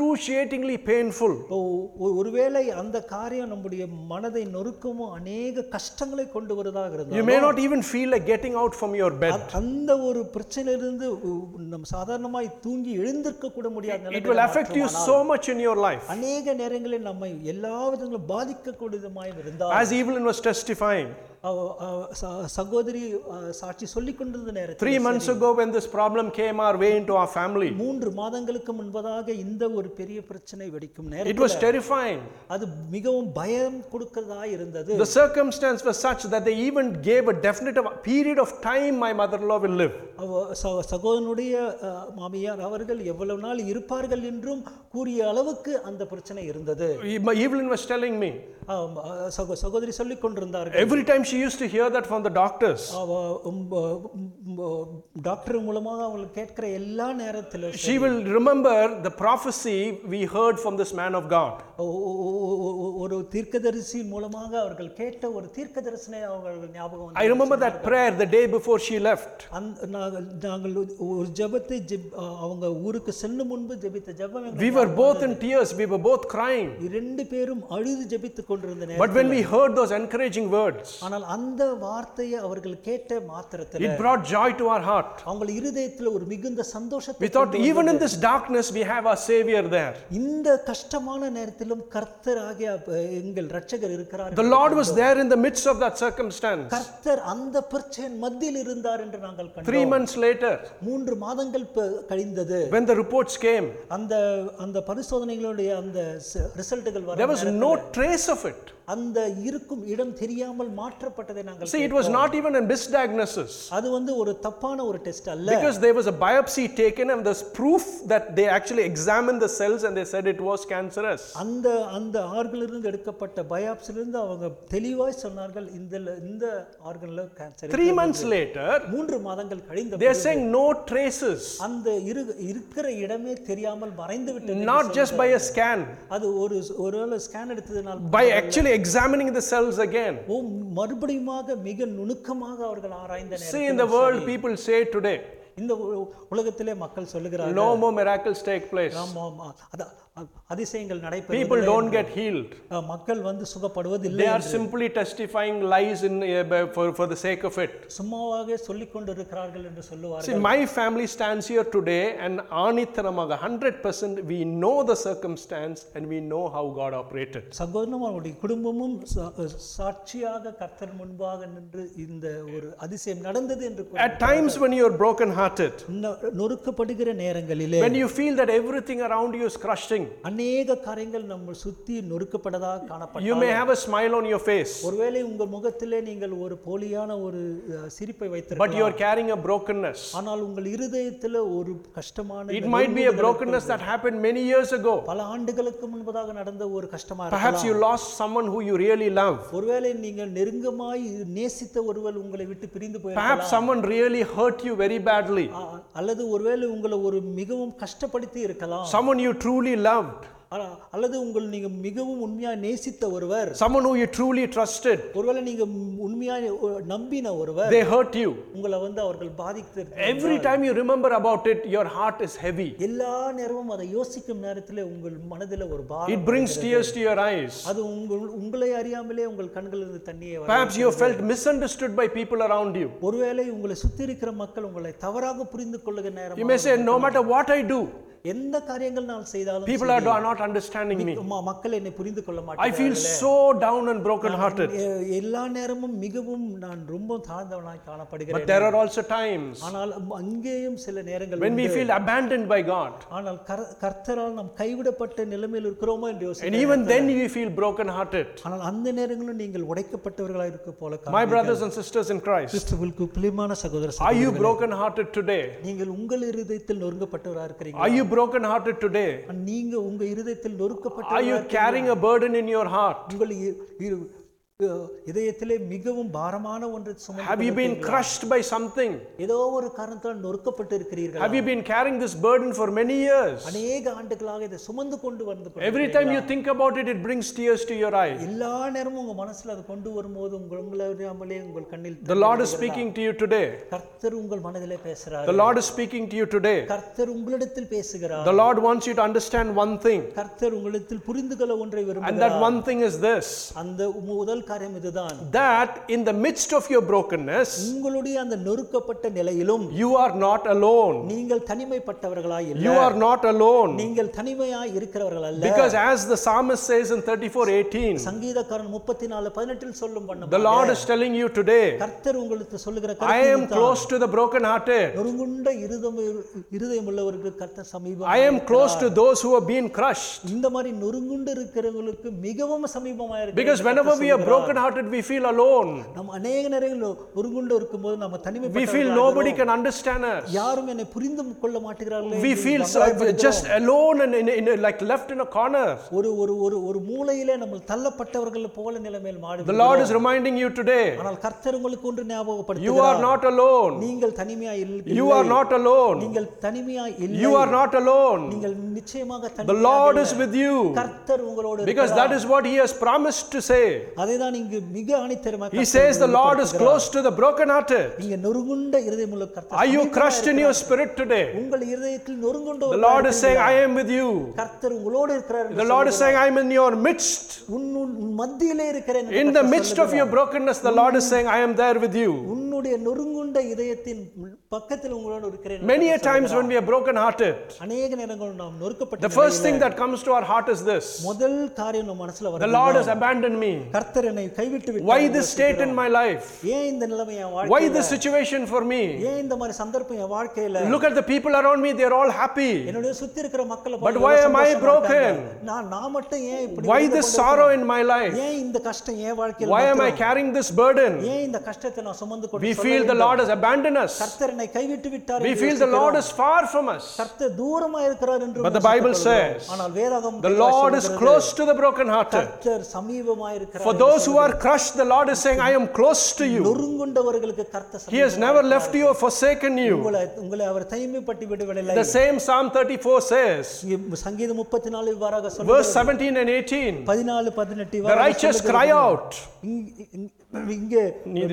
Speaker 1: excruciatingly painful.
Speaker 2: இப்போ ஒ- ஒருவேளை அந்த காரியம் நம்முடைய மனதை நொறுக்கவும் அநேக கஷ்டங்களை கொண்டு வருதாக
Speaker 1: You
Speaker 2: இருந்தால்
Speaker 1: may not even feel like getting out from your bed.
Speaker 2: அ- அந்த ஒரு பிரச்சனையிலிருந்து உ- நம்ம சாதாரணமாய் தூங்கி எழுந்திருக்க கூட முடியாத
Speaker 1: It
Speaker 2: நிலைமையில
Speaker 1: will affect you so much in your life.
Speaker 2: அநேக நேரங்களில் நம்மை எல்லா விதங்களும் பாதிக்கக்கூடிய விதமாய் இருந்தால்
Speaker 1: As Evelyn was testifying,
Speaker 2: அவ- அவ- ச- சகோதரி அ, சாட்சி சொல்லிக் கொண்டிருந்த நேரத்தில்
Speaker 1: three months ago when this problem came our way into our family,
Speaker 2: மூன்று மாதங்களுக்கு முன்பதாக இந்த ஒரு பெரிய பிரச்சனை வெடிக்கும் நேரம்
Speaker 1: it was terrifying.
Speaker 2: அது மிகவும் பயம் கொடுக்கிறதா இருந்தது
Speaker 1: The circumstance was such that they even gave a definite am- period of time my mother in law will live.
Speaker 2: அவ- ச- சகோதரனுடைய அ, மாமியார் அவர்கள் எவ்வளவு நாள் இருப்பார்கள் என்றும் கூறிய அளவுக்கு அந்த பிரச்சனை இருந்தது
Speaker 1: Evelyn was telling me,
Speaker 2: ஆம், அ, சகோ- சகோதரி சொல்லிக் கொண்டிருந்தார்கள்
Speaker 1: every time she used to hear that from the doctors,
Speaker 2: அவ, உம், உம், உம், டாக்டர் மூலமாக அவங்களுக்கு கேட்கிற எல்லா நேரத்திலும்
Speaker 1: she will remember the prophecy we heard from this man of God.
Speaker 2: ஒ- ஒ- ஒ- ஒ- ஒ- ஒரு தீர்க்கதரிசி மூலமாக அவர்கள் கேட்ட ஒரு தீர்க்கதரிசனை அவர்கள் ஞாபகம்
Speaker 1: I
Speaker 2: வந்தது.
Speaker 1: remember that prayer the day before she left.
Speaker 2: அந்த நாங்கள் நாங்கள் ஒரு- ஒரு ஜெபத்தை ஜெப்- அ, அவங்க ஊருக்கு செல்லும் முன்பு ஜெபித்த ஜெபம் எங்களுக்கு
Speaker 1: We were both in tears, we were both crying.
Speaker 2: இரண்டு பேரும் அழுது ஜெபித்துக் கொண்டிருந்த நேரம்
Speaker 1: But when we heard those encouraging words,
Speaker 2: ஆனால் அந்த வார்த்தையை அவர்கள் கேட்ட மாத்திரத்தில்
Speaker 1: it brought joy to our heart.
Speaker 2: அவங்கள் இருதயத்தில் ஒரு மிகுந்த
Speaker 1: We
Speaker 2: சந்தோஷத்தை
Speaker 1: thought, even in this darkness, we have our Savior there.
Speaker 2: இந்த கஷ்டமான நேரத்திலும் கர்த்தராகிய அஹ், எங்கள் ரட்சகர் இருக்கிறார்
Speaker 1: The Lord was there in the midst of that circumstance.
Speaker 2: கர்த்தர் அந்த பிரச்சனையின் மத்தியில் இருந்தார் என்று நாங்கள் கண்டோம்
Speaker 1: Three months later,
Speaker 2: மூன்று மாதங்கள் ப- கழிந்தது
Speaker 1: when the reports came,
Speaker 2: அந்த அந்த பரிசோதனைகளுடைய அந்த ரிசல்ட்டுகள்
Speaker 1: there
Speaker 2: வர
Speaker 1: was no trace of it.
Speaker 2: அந்த இருக்கும் இடம் தெரியாமல் மாற்றப்பட்டதை நாங்கள்
Speaker 1: See, it was not even a misdiagnosis
Speaker 2: கேட்டோம். அது வந்து ஒரு தப்பான ஒரு டெஸ்ட் அல்ல
Speaker 1: because there was a biopsy taken and there's proof that they actually examined the cells and they said it was cancerous.
Speaker 2: அந்த அந்த ஆர்கனிலிருந்து எடுக்கப்பட்ட பயாப்ஸிலிருந்து அவங்க தெளிவாய் சொன்னார்கள் இந்த இந்த ஆர்கனில் கேன்சர்
Speaker 1: Three months later,
Speaker 2: மூன்று மாதங்கள் கழிந்த
Speaker 1: they're saying no traces,
Speaker 2: அந்த இரு இருக்கிற இடமே தெரியாமல் மறைந்து விட்டது
Speaker 1: not just by a scan,
Speaker 2: அது ஒரு ஒருவேளை ஸ்கேன் எடுத்ததுனால்
Speaker 1: by actually examining the cells again.
Speaker 2: ஓ மறுபடியுமாக மிக நுணுக்கமாக அவர்கள் ஆராய்ந்த நேரம்
Speaker 1: See, in the world, people say today,
Speaker 2: இந்த உ- உலகத்திலே மக்கள் சொல்லுகிறார்கள்
Speaker 1: no more miracles take place.
Speaker 2: ஆமா, ஆமா. அத- அ- அதிசயங்கள்
Speaker 1: People
Speaker 2: நடைபெறும்
Speaker 1: don't get healed.
Speaker 2: மக்கள் வந்து சுகப்படுவதில்லை
Speaker 1: They are simply testifying lies in, uh, by- for, for the sake of it.
Speaker 2: சும்மாவாக சொல்லிக் கொண்டிருக்கிறார்கள் என்று சொல்லுவார்கள்
Speaker 1: See, my family stands here today and Anitharamaga, 100% we know the circumstance and we know how God operated.
Speaker 2: சகோதரனும் அவருடைய குடும்பமும் சா- சாட்சியாக கர்த்தர் முன்பாக நின்று இந்த ஒரு அதிசயம் நடந்தது என்று கூறி-
Speaker 1: At times when you're brokenhearted,
Speaker 2: நொ- நொறுக்கப்படுகிற நேரங்களிலே
Speaker 1: when you feel that everything around you is crushing,
Speaker 2: அநேக காரியங்கள் நம்ம சுத்தி நொறுக்கப்பட்டதாக காணப்படும்
Speaker 1: you may have a smile on your face,
Speaker 2: ஒருவேளை உங்கள் முகத்திலே நீங்கள் ஒரு போலியான ஒரு அஹ், சிரிப்பை வைத்திருக்கலாம்
Speaker 1: but you're carrying a brokenness.
Speaker 2: ஆனால் உங்கள் இருதயத்துல ஒரு கஷ்டமான
Speaker 1: It might be a brokenness that happened many years ago.
Speaker 2: பல ஆண்டுகளுக்கு முன்பதாக நடந்த ஒரு கஷ்டமா இருக்கலாம்
Speaker 1: Perhaps you lost someone who you really love.
Speaker 2: ஒருவேளை நீங்கள் நெருங்கமாய் நேசித்த ஒருவர் உங்களை விட்டு பிரிந்து போயிருக்கலாம்
Speaker 1: Perhaps someone really hurt you very badly.
Speaker 2: அ- அல்லது ஒருவேளை உங்களை ஒரு மிகவும் கஷ்டப்படுத்தி இருக்கலாம்
Speaker 1: Someone you truly loved.
Speaker 2: அ- அல்லது உங்கள் நீங்க மிகவும் உண்மையா நேசித்த ஒருவர்
Speaker 1: Someone who you truly trusted.
Speaker 2: ஒருவேளை நீங்க உண்மையா ஒ- நம்பின ஒருவர்
Speaker 1: They hurt you.
Speaker 2: உங்களை வந்து அவர்கள் பாதித்து
Speaker 1: Every time you remember about it, your heart is heavy.
Speaker 2: எல்லா நேரமும் அதை யோசிக்கும் நேரத்திலே உங்கள் மனதில ஒரு பாரம்
Speaker 1: It brings tears to your eyes.
Speaker 2: அது உங்கள் உங்களை அறியாமலே உங்கள் கண்களிலிருந்து தண்ணியை வர
Speaker 1: Perhaps you have felt misunderstood by people around you.
Speaker 2: ஒருவேளை உங்களை சுத்தி இருக்கிற மக்கள் உங்களை தவறாக புரிந்து கொள்ளுகிற நேரம்
Speaker 1: You may say, No matter what I do,
Speaker 2: எந்த காரியங்கள் நான் செய்தாலும்
Speaker 1: People are are not understanding me.
Speaker 2: ம- மக்கள் என்னை புரிந்து கொள்ள
Speaker 1: I feel
Speaker 2: மாட்டார்கள்
Speaker 1: so down and broken hearted.
Speaker 2: எ- எல்லா நேரமும் மிகவும் நான் ரொம்ப தாழ்ந்தவனாய் காணப்படுகிறேன்
Speaker 1: But there are also times
Speaker 2: ஆனால் அங்கேயும் சில நேரங்கள்
Speaker 1: when we feel abandoned by God.
Speaker 2: ஆனால் கர- கர்த்தரால் நாம் கைவிடப்பட்ட நிலைமையில் இருக்கிறோமோ என்று யோசி
Speaker 1: And even then we feel broken hearted.
Speaker 2: ஆனால் அந்த நேரங்களும் நீங்கள் உடைக்கப்பட்டவர்களாக இருக்க போல
Speaker 1: My brothers and sisters in Christ,
Speaker 2: கிறிஸ்துவுக்கு பிரியமான சகோதர
Speaker 1: are you broken hearted today?
Speaker 2: நீங்கள் உங்கள் இருதயத்தில் நொறுங்கப்பட்டவராக இருக்கிறீங்க
Speaker 1: Are you broken hearted today?
Speaker 2: நீங்க உங்க இருதயத்தில் நொறுக்கப்பட்ட
Speaker 1: Are you carrying a burden in your heart?
Speaker 2: உங்கள் இ- இரு- அஹ் இதயத்திலே மிகவும் பாரமான ஒன்று சுமந்து
Speaker 1: Have you been crushed by something?
Speaker 2: ஏதோ ஒரு காரணத்தால் நொறுக்கப்பட்டு இருக்கிறீர்கள்
Speaker 1: Have you been carrying this burden for many years?
Speaker 2: அநேக ஆண்டுகளாக இதை சுமந்து கொண்டு வந்து கொண்டு-
Speaker 1: Every time you think about it, it brings tears to your eyes.
Speaker 2: எல்லா நேரமும் உங்க மனசுல அதை கொண்டு வரும்போது உங்கள் உங்களை அறியாமலே உங்கள் கண்ணில்
Speaker 1: The Lord is speaking to you today.
Speaker 2: கர்த்தர் உங்கள் மனதிலே பேசுறார்
Speaker 1: The Lord is speaking to you today.
Speaker 2: கர்த்தர் உங்களிடத்தில் பேசுகிறார்
Speaker 1: The Lord wants you to understand one thing,
Speaker 2: கர்த்தர் உங்களிடத்தில் புரிந்து கொள்ள ஒன்றை
Speaker 1: and
Speaker 2: விரும்புகிறார்
Speaker 1: that one thing is this
Speaker 2: அந்த முதல் காரியம் இதுதான்
Speaker 1: that in the midst of your brokenness,
Speaker 2: உங்களுடைய அந்த நொறுக்கப்பட்ட நிலையிலும்
Speaker 1: you are not alone.
Speaker 2: நீங்கள் தனிமைப்பட்டவர்களாய் இல்லை
Speaker 1: You are not alone.
Speaker 2: நீங்கள் தனிமையாய் இருக்கிறவர்கள் அல்ல
Speaker 1: Because as the psalmist says in 34 18,
Speaker 2: சங்கீதக்காரன் முப்பத்தி நாலு பதினெட்டில் சொல்லும் பண்ண
Speaker 1: the Lord is telling you today,
Speaker 2: கர்த்தர் உங்களுக்கு சொல்லுகிற
Speaker 1: I
Speaker 2: கருத்து
Speaker 1: am close to the brokenhearted.
Speaker 2: நொறுங்குண்ட இருதம் இருதயம் உள்ளவர்களுக்கு கர்த்தர் சமீபம்
Speaker 1: I am close to those who have been crushed.
Speaker 2: இந்த மாதிரி நொறுங்குண்டு இருக்கிறவங்களுக்கு மிகவும் சமீபமாக இருக்கு
Speaker 1: Because whenever we are brokenhearted, we feel alone.
Speaker 2: நம்ம அநேக நேரங்களில் ஒருங்குண்டு இருக்கும்போது நம்ம தனிமை
Speaker 1: We feel nobody can understand us.
Speaker 2: யாரும் என்னை புரிந்து கொள்ள மாட்டேங்கிறார்கள்
Speaker 1: We feel so- just alone and in, in, like left in a corner.
Speaker 2: ஒரு ஒரு ஒரு ஒரு மூலையிலே நம்ம தள்ளப்பட்டவர்கள் போல நிலைமையில்
Speaker 1: The
Speaker 2: மாடு
Speaker 1: Lord is reminding you today,
Speaker 2: ஆனால் கர்த்தர் உங்களுக்கு ஒன்று
Speaker 1: you are
Speaker 2: ஞாபகப்படுத்துகிறார்
Speaker 1: not alone.
Speaker 2: நீங்கள் தனிமையா இல்லை
Speaker 1: You are not alone.
Speaker 2: நீங்கள் தனிமையா இல்லை
Speaker 1: You are not alone.
Speaker 2: நீங்கள் நிச்சயமாக
Speaker 1: The
Speaker 2: தனிமையா
Speaker 1: Lord
Speaker 2: இல்லை.
Speaker 1: is with you.
Speaker 2: கர்த்தர் உங்களோடு
Speaker 1: Because that is what He has promised to say.
Speaker 2: இருக்கிறார். அதைதான் இங்கு மிக ஆணித்தரமாக
Speaker 1: He
Speaker 2: கர்த்தர்
Speaker 1: says, The Lord is close to the brokenhearted.
Speaker 2: இங்க நொறுங்குண்ட இருதயமுள்ள கர்த்தர்
Speaker 1: Are you crushed in your spirit today?
Speaker 2: உங்கள் இருதயத்தில் நொறுங்குண்ட
Speaker 1: The
Speaker 2: ஒரு
Speaker 1: Lord is saying, I am with you.
Speaker 2: கர்த்தர் உங்களோடு இருக்கிறார்
Speaker 1: The Lord is saying, I am in your midst.
Speaker 2: உன் உன் மத்தியிலே இருக்கிறேன்
Speaker 1: In the midst of your brokenness, the Lord is saying, I am there with you.
Speaker 2: உன்னுடைய நொறுங்குண்ட இதயத்தின் பக்கத்தில் உங்களோடு இருக்கிறேன்
Speaker 1: Many a times when we are brokenhearted,
Speaker 2: அநேக நேரங்கள் நாம்
Speaker 1: the
Speaker 2: நொறுக்கப்பட்ட
Speaker 1: first thing that comes to our heart is this
Speaker 2: முதல் காரியம் நம் மனசுல
Speaker 1: The
Speaker 2: வர
Speaker 1: Lord has abandoned me.
Speaker 2: கர்த்தர் என்னை கைவிட்டு விட்டார்
Speaker 1: Why this state in my life?
Speaker 2: ஏன் இந்த நிலைமை என்
Speaker 1: Why
Speaker 2: வாழ்க்கை
Speaker 1: this situation for me?
Speaker 2: ஏன் இந்த மாதிரி சந்தர்ப்பம் என் வாழ்க்கையில
Speaker 1: Look at the people around me, they are all happy.
Speaker 2: என்னுடைய சுத்தி இருக்கிற மக்களை
Speaker 1: But
Speaker 2: பார்த்து
Speaker 1: why am I
Speaker 2: சந்தோஷமா
Speaker 1: broken?
Speaker 2: இருக்காங்க. நான் நான் மட்டும் ஏன் இப்படி
Speaker 1: Why this sorrow in my life?
Speaker 2: ஏன் இந்த கஷ்டம் என் வாழ்க்கையில
Speaker 1: Why am I carrying this burden?
Speaker 2: ஏன் இந்த கஷ்டத்தை நான் சுமந்து கொண்டு
Speaker 1: We
Speaker 2: சொல்ல
Speaker 1: feel the
Speaker 2: வேண்டும்?
Speaker 1: Lord has abandoned us.
Speaker 2: கர்த்தர் என்னை கைவிட்டு விட்டார்
Speaker 1: We
Speaker 2: என்று
Speaker 1: feel the
Speaker 2: யோசிக்கிறோம்.
Speaker 1: Lord is far from us.
Speaker 2: கர்த்தர் தூரமா இருக்கிறார் என்று
Speaker 1: But the
Speaker 2: யோசித்துக்
Speaker 1: Bible
Speaker 2: கொள்கிறோம்.
Speaker 1: says,
Speaker 2: ஆனால் வேதாகம்
Speaker 1: The Lord is close to the brokenhearted.
Speaker 2: கர்த்தர் சமீபமா இருக்கிறார்
Speaker 1: For those who are crushed, the Lord is saying, I am close to you.
Speaker 2: நொறுங்குண்டவர்களுக்கு கர்த்தர்
Speaker 1: He has never left you or forsaken you.
Speaker 2: உங்களை உங்களை அவர் தனிமைப்பட்டு விடவில்லை
Speaker 1: The same Psalm 34 says,
Speaker 2: இங்கே சங்கீதம் முப்பத்தி நாலு இவ்வாறாக சொல்ல
Speaker 1: verse 17 and 18,
Speaker 2: பதினாலு பதினெட்டு
Speaker 1: the
Speaker 2: இவ்வாறாக
Speaker 1: righteous cry out,
Speaker 2: இங்க- இங்க- இங்கே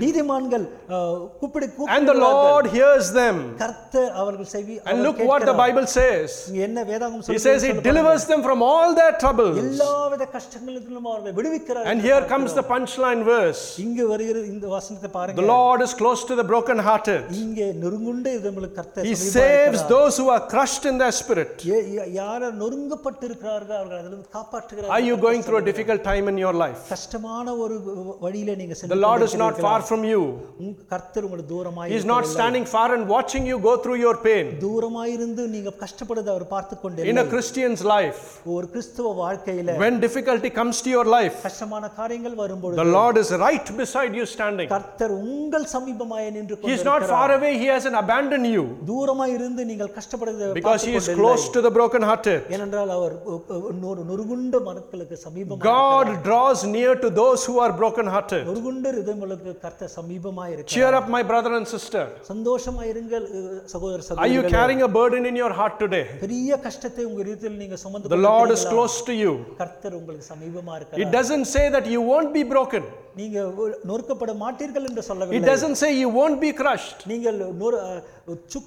Speaker 2: நீதிமான்கள் அஹ், கூப்பிடு
Speaker 1: and the
Speaker 2: கூப்பிடு
Speaker 1: Lord hears them.
Speaker 2: கர்த்தர் அவர்கள் செவி
Speaker 1: And
Speaker 2: our
Speaker 1: look what the
Speaker 2: கேட்கிறார்.
Speaker 1: Bible says.
Speaker 2: இங்க என்ன வேதாகம்
Speaker 1: He
Speaker 2: சொல்லி
Speaker 1: says, He delivers them from all their troubles.
Speaker 2: எல்லாவித கஷ்டங்களிலும் அவர்களை விடுவிக்கிறார்
Speaker 1: And here comes the punchline verse
Speaker 2: இங்கு வருகிறது இந்த வசனத்தை
Speaker 1: The
Speaker 2: பாருங்க
Speaker 1: Lord is close to the brokenhearted.
Speaker 2: இங்கே நொறுங்குண்டு இதங்களுக்கு கர்த்தர்
Speaker 1: He
Speaker 2: சமீபமா
Speaker 1: saves
Speaker 2: இருக்கிறார்.
Speaker 1: those who are crushed in their spirit.
Speaker 2: ஏ- யா- யார் நொறுங்கப்பட்டு இருக்கிறார்கள் அவர்கள் அதிலிருந்து காப்பாற்றுகிறார்
Speaker 1: Are you going through a difficult time in your life?
Speaker 2: கஷ்டமான ஒரு வ- வழியில நீங்க
Speaker 1: The
Speaker 2: சென்று
Speaker 1: Lord is not far from you.
Speaker 2: உங்க கர்த்தர் உங்களுக்கு தூரமாய்
Speaker 1: He is not standing far and watching you go through your pain.
Speaker 2: தூரமாயிருந்து நீங்க கஷ்டப்படுறதை அவர் பார்த்து கொண்டே
Speaker 1: In a Christian's life,
Speaker 2: ஒரு கிறிஸ்துவ வாழ்க்கையில
Speaker 1: when difficulty comes to your life,
Speaker 2: கஷ்டமான காரியங்கள் வரும்பொழுது
Speaker 1: the Lord is right beside you standing.
Speaker 2: கர்த்தர் உங்கள் சமீபமாய் நின்று
Speaker 1: He is not far away, He hasn't abandoned you
Speaker 2: தூரமாய் இருந்து நீங்கள் கஷ்டப்படுறதை அவர்
Speaker 1: because He is close to the brokenhearted.
Speaker 2: பார்த்து- ஏனென்றால் அவர் ஒ- ஒ- நொறு நொறுகுண்ட மரங்களுக்கு சமீபம்
Speaker 1: God draws near to those who are brokenhearted.
Speaker 2: நொறுகுண்ட இதயங்களுக்கு கர்த்தர் சமீபமாய் இருக்கு
Speaker 1: Cheer up, my brother and sister.
Speaker 2: சந்தோஷமா இருங்கள் அஹ், சகோதர
Speaker 1: Are
Speaker 2: சகோதரி
Speaker 1: you carrying a burden in your heart today?
Speaker 2: பெரிய கஷ்டத்தை உங்க இருதயத்தில் நீங்க சுமந்து
Speaker 1: The Lord is close to you.
Speaker 2: கொண்டிருக்கிறீர்களா? கர்த்தர் உங்களுக்கு சமீபமா இருக்கிறார்
Speaker 1: It doesn't say that you won't be broken,
Speaker 2: நீங்க ஒரு- நொறுக்கப்பட மாட்டீர்கள் என்று
Speaker 1: It
Speaker 2: சொல்லவில்லை
Speaker 1: doesn't say you won't be crushed.
Speaker 2: நீங்கள் நொறு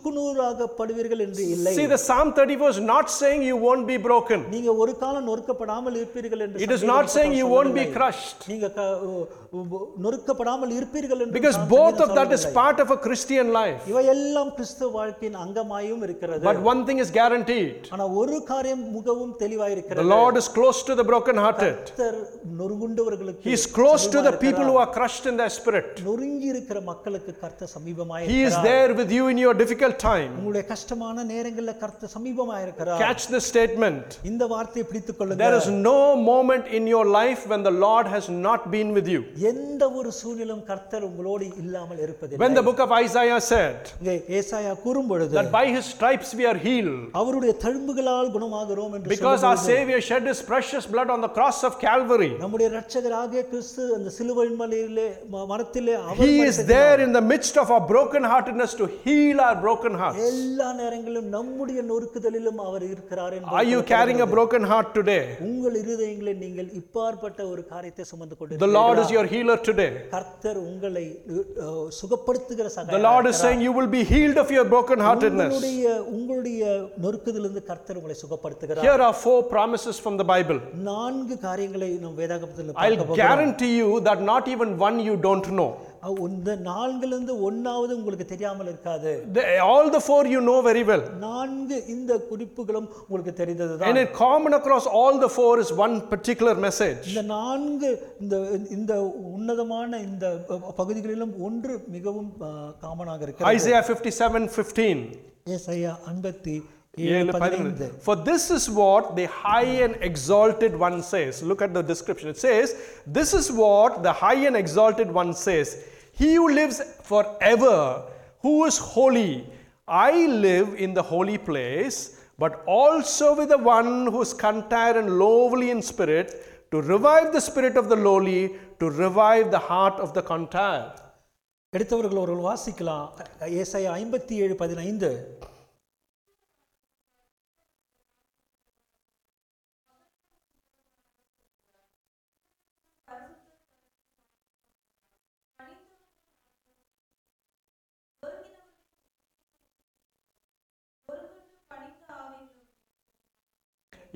Speaker 2: சுக்குநூறாகப்படுவீர்கள் என்று இல்லை
Speaker 1: See, the Psalm 34 is not saying you won't be broken.
Speaker 2: நீங்க ஒரு காலம் நொறுக்கப்படாமல் இருப்பீர்கள் என்று
Speaker 1: It is
Speaker 2: சங்கீதம்
Speaker 1: not saying you won't be
Speaker 2: சொல்லவில்லை.
Speaker 1: crushed.
Speaker 2: நீங்க க- ஒ- ஒ- நொறுக்கப்படாமல் இருப்பீர்கள் என்று
Speaker 1: Because
Speaker 2: சங்கீதம்
Speaker 1: both of that is
Speaker 2: சொல்லவில்லை.
Speaker 1: part of a Christian life.
Speaker 2: இவையெல்லாம் கிறிஸ்துவ வாழ்க்கையின் அங்கமாயும் இருக்கிறது
Speaker 1: But one thing is guaranteed
Speaker 2: ஆனா ஒரு காரியம் மிகவும்
Speaker 1: the
Speaker 2: தெளிவாயிருக்கிறது
Speaker 1: Lord is close to the brokenhearted,
Speaker 2: கர்த்தர் நொறுங்குண்டவர்களுக்கு
Speaker 1: He is close to the
Speaker 2: சமீபமாயிருக்கிறார்.
Speaker 1: people who are crushed in their spirit.
Speaker 2: நொறுங்கி இருக்கிற மக்களுக்கு கர்த்தர் சமீபமாய்
Speaker 1: He is there with you in your difficult time.
Speaker 2: உங்களுடைய கஷ்டமான நேரங்கள்ல கர்த்தர் சமீபமாய் இருக்கிறார்
Speaker 1: Catch this statement.
Speaker 2: இந்த வார்த்தையை பிடித்துக் கொள்ளுங்க
Speaker 1: There is no moment in your life when the Lord has not been with you.
Speaker 2: எந்த ஒரு சூழ்நிலும் கர்த்தர் உங்களோடு இல்லாமல் இருப்பதில்லை
Speaker 1: When the book of Isaiah said
Speaker 2: இங்கே ஏசாயா கூறும் பொழுது
Speaker 1: that by his stripes we are healed,
Speaker 2: அவருடைய தழும்புகளால் குணமாகிறோம் என்று
Speaker 1: because our Savior shed his precious blood on the cross of Calvary,
Speaker 2: நம்முடைய இரட்சகராகிய கிறிஸ்து அந்த சிலுவையின் மலையிலே ம- மரத்திலே அவர்
Speaker 1: he is there in the midst of our brokenheartedness to heal our broken hearts.
Speaker 2: எல்லா நேரங்களிலும் நம்முடைய நொறுக்குதலிலும் அவர் இருக்கிறார்
Speaker 1: Are
Speaker 2: என்று
Speaker 1: you carrying a broken heart today?
Speaker 2: உங்கள் இருதயங்களை நீங்கள் இப்பாற்பட்ட ஒரு காரியத்தை சுமந்து கொண்டு
Speaker 1: The Lord is your healer today.
Speaker 2: கர்த்தர் உங்களை அஹ், சுகப்படுத்துகிற
Speaker 1: The
Speaker 2: Sagayam
Speaker 1: Lord is saying you will be healed of your brokenheartedness.
Speaker 2: உங்களுடைய உங்களுடைய நொறுக்குதிலிருந்து கர்த்தர் உங்களை சுகப்படுத்துகிறார்
Speaker 1: Here are four promises from the Bible.
Speaker 2: நான்கு காரியங்களை நம் வேதாகமத்தில் பார்க்க
Speaker 1: I'll guarantee you that not even one you don't know.
Speaker 2: அஹ், இந்த நான்கிலிருந்து ஒன்னாவது உங்களுக்கு தெரியாமல் இருக்காது
Speaker 1: The- all the four you know very well.
Speaker 2: நான்கு இந்த குறிப்புகளும் உங்களுக்கு தெரிந்ததுதான்
Speaker 1: And in common across all the four is one particular message.
Speaker 2: இந்த நான்கு இந்த இந்த உன்னதமான இந்த ப- பகுதிகளிலும் ஒன்று மிகவும் காமனாக இருக்கிறது
Speaker 1: Isaiah 57 15.
Speaker 2: ஏசாயா ஐம்பத்தி
Speaker 1: ஏழு
Speaker 2: ஏழு
Speaker 1: பதினைந்து.
Speaker 2: பதினைந்து
Speaker 1: For this is what the high and exalted one says. Look at the description. It says, This is what the high and exalted one says. He who lives forever, who is holy, I live in the holy place, but also with the one who is contrite and lowly in spirit, to revive the spirit of the lowly, to revive the heart of the contrite.
Speaker 2: எடுத்தவர்கள் ஒரு வாசிக்கலாம் ஏசாயா ஐம்பத்தி ஏழு பதினைந்து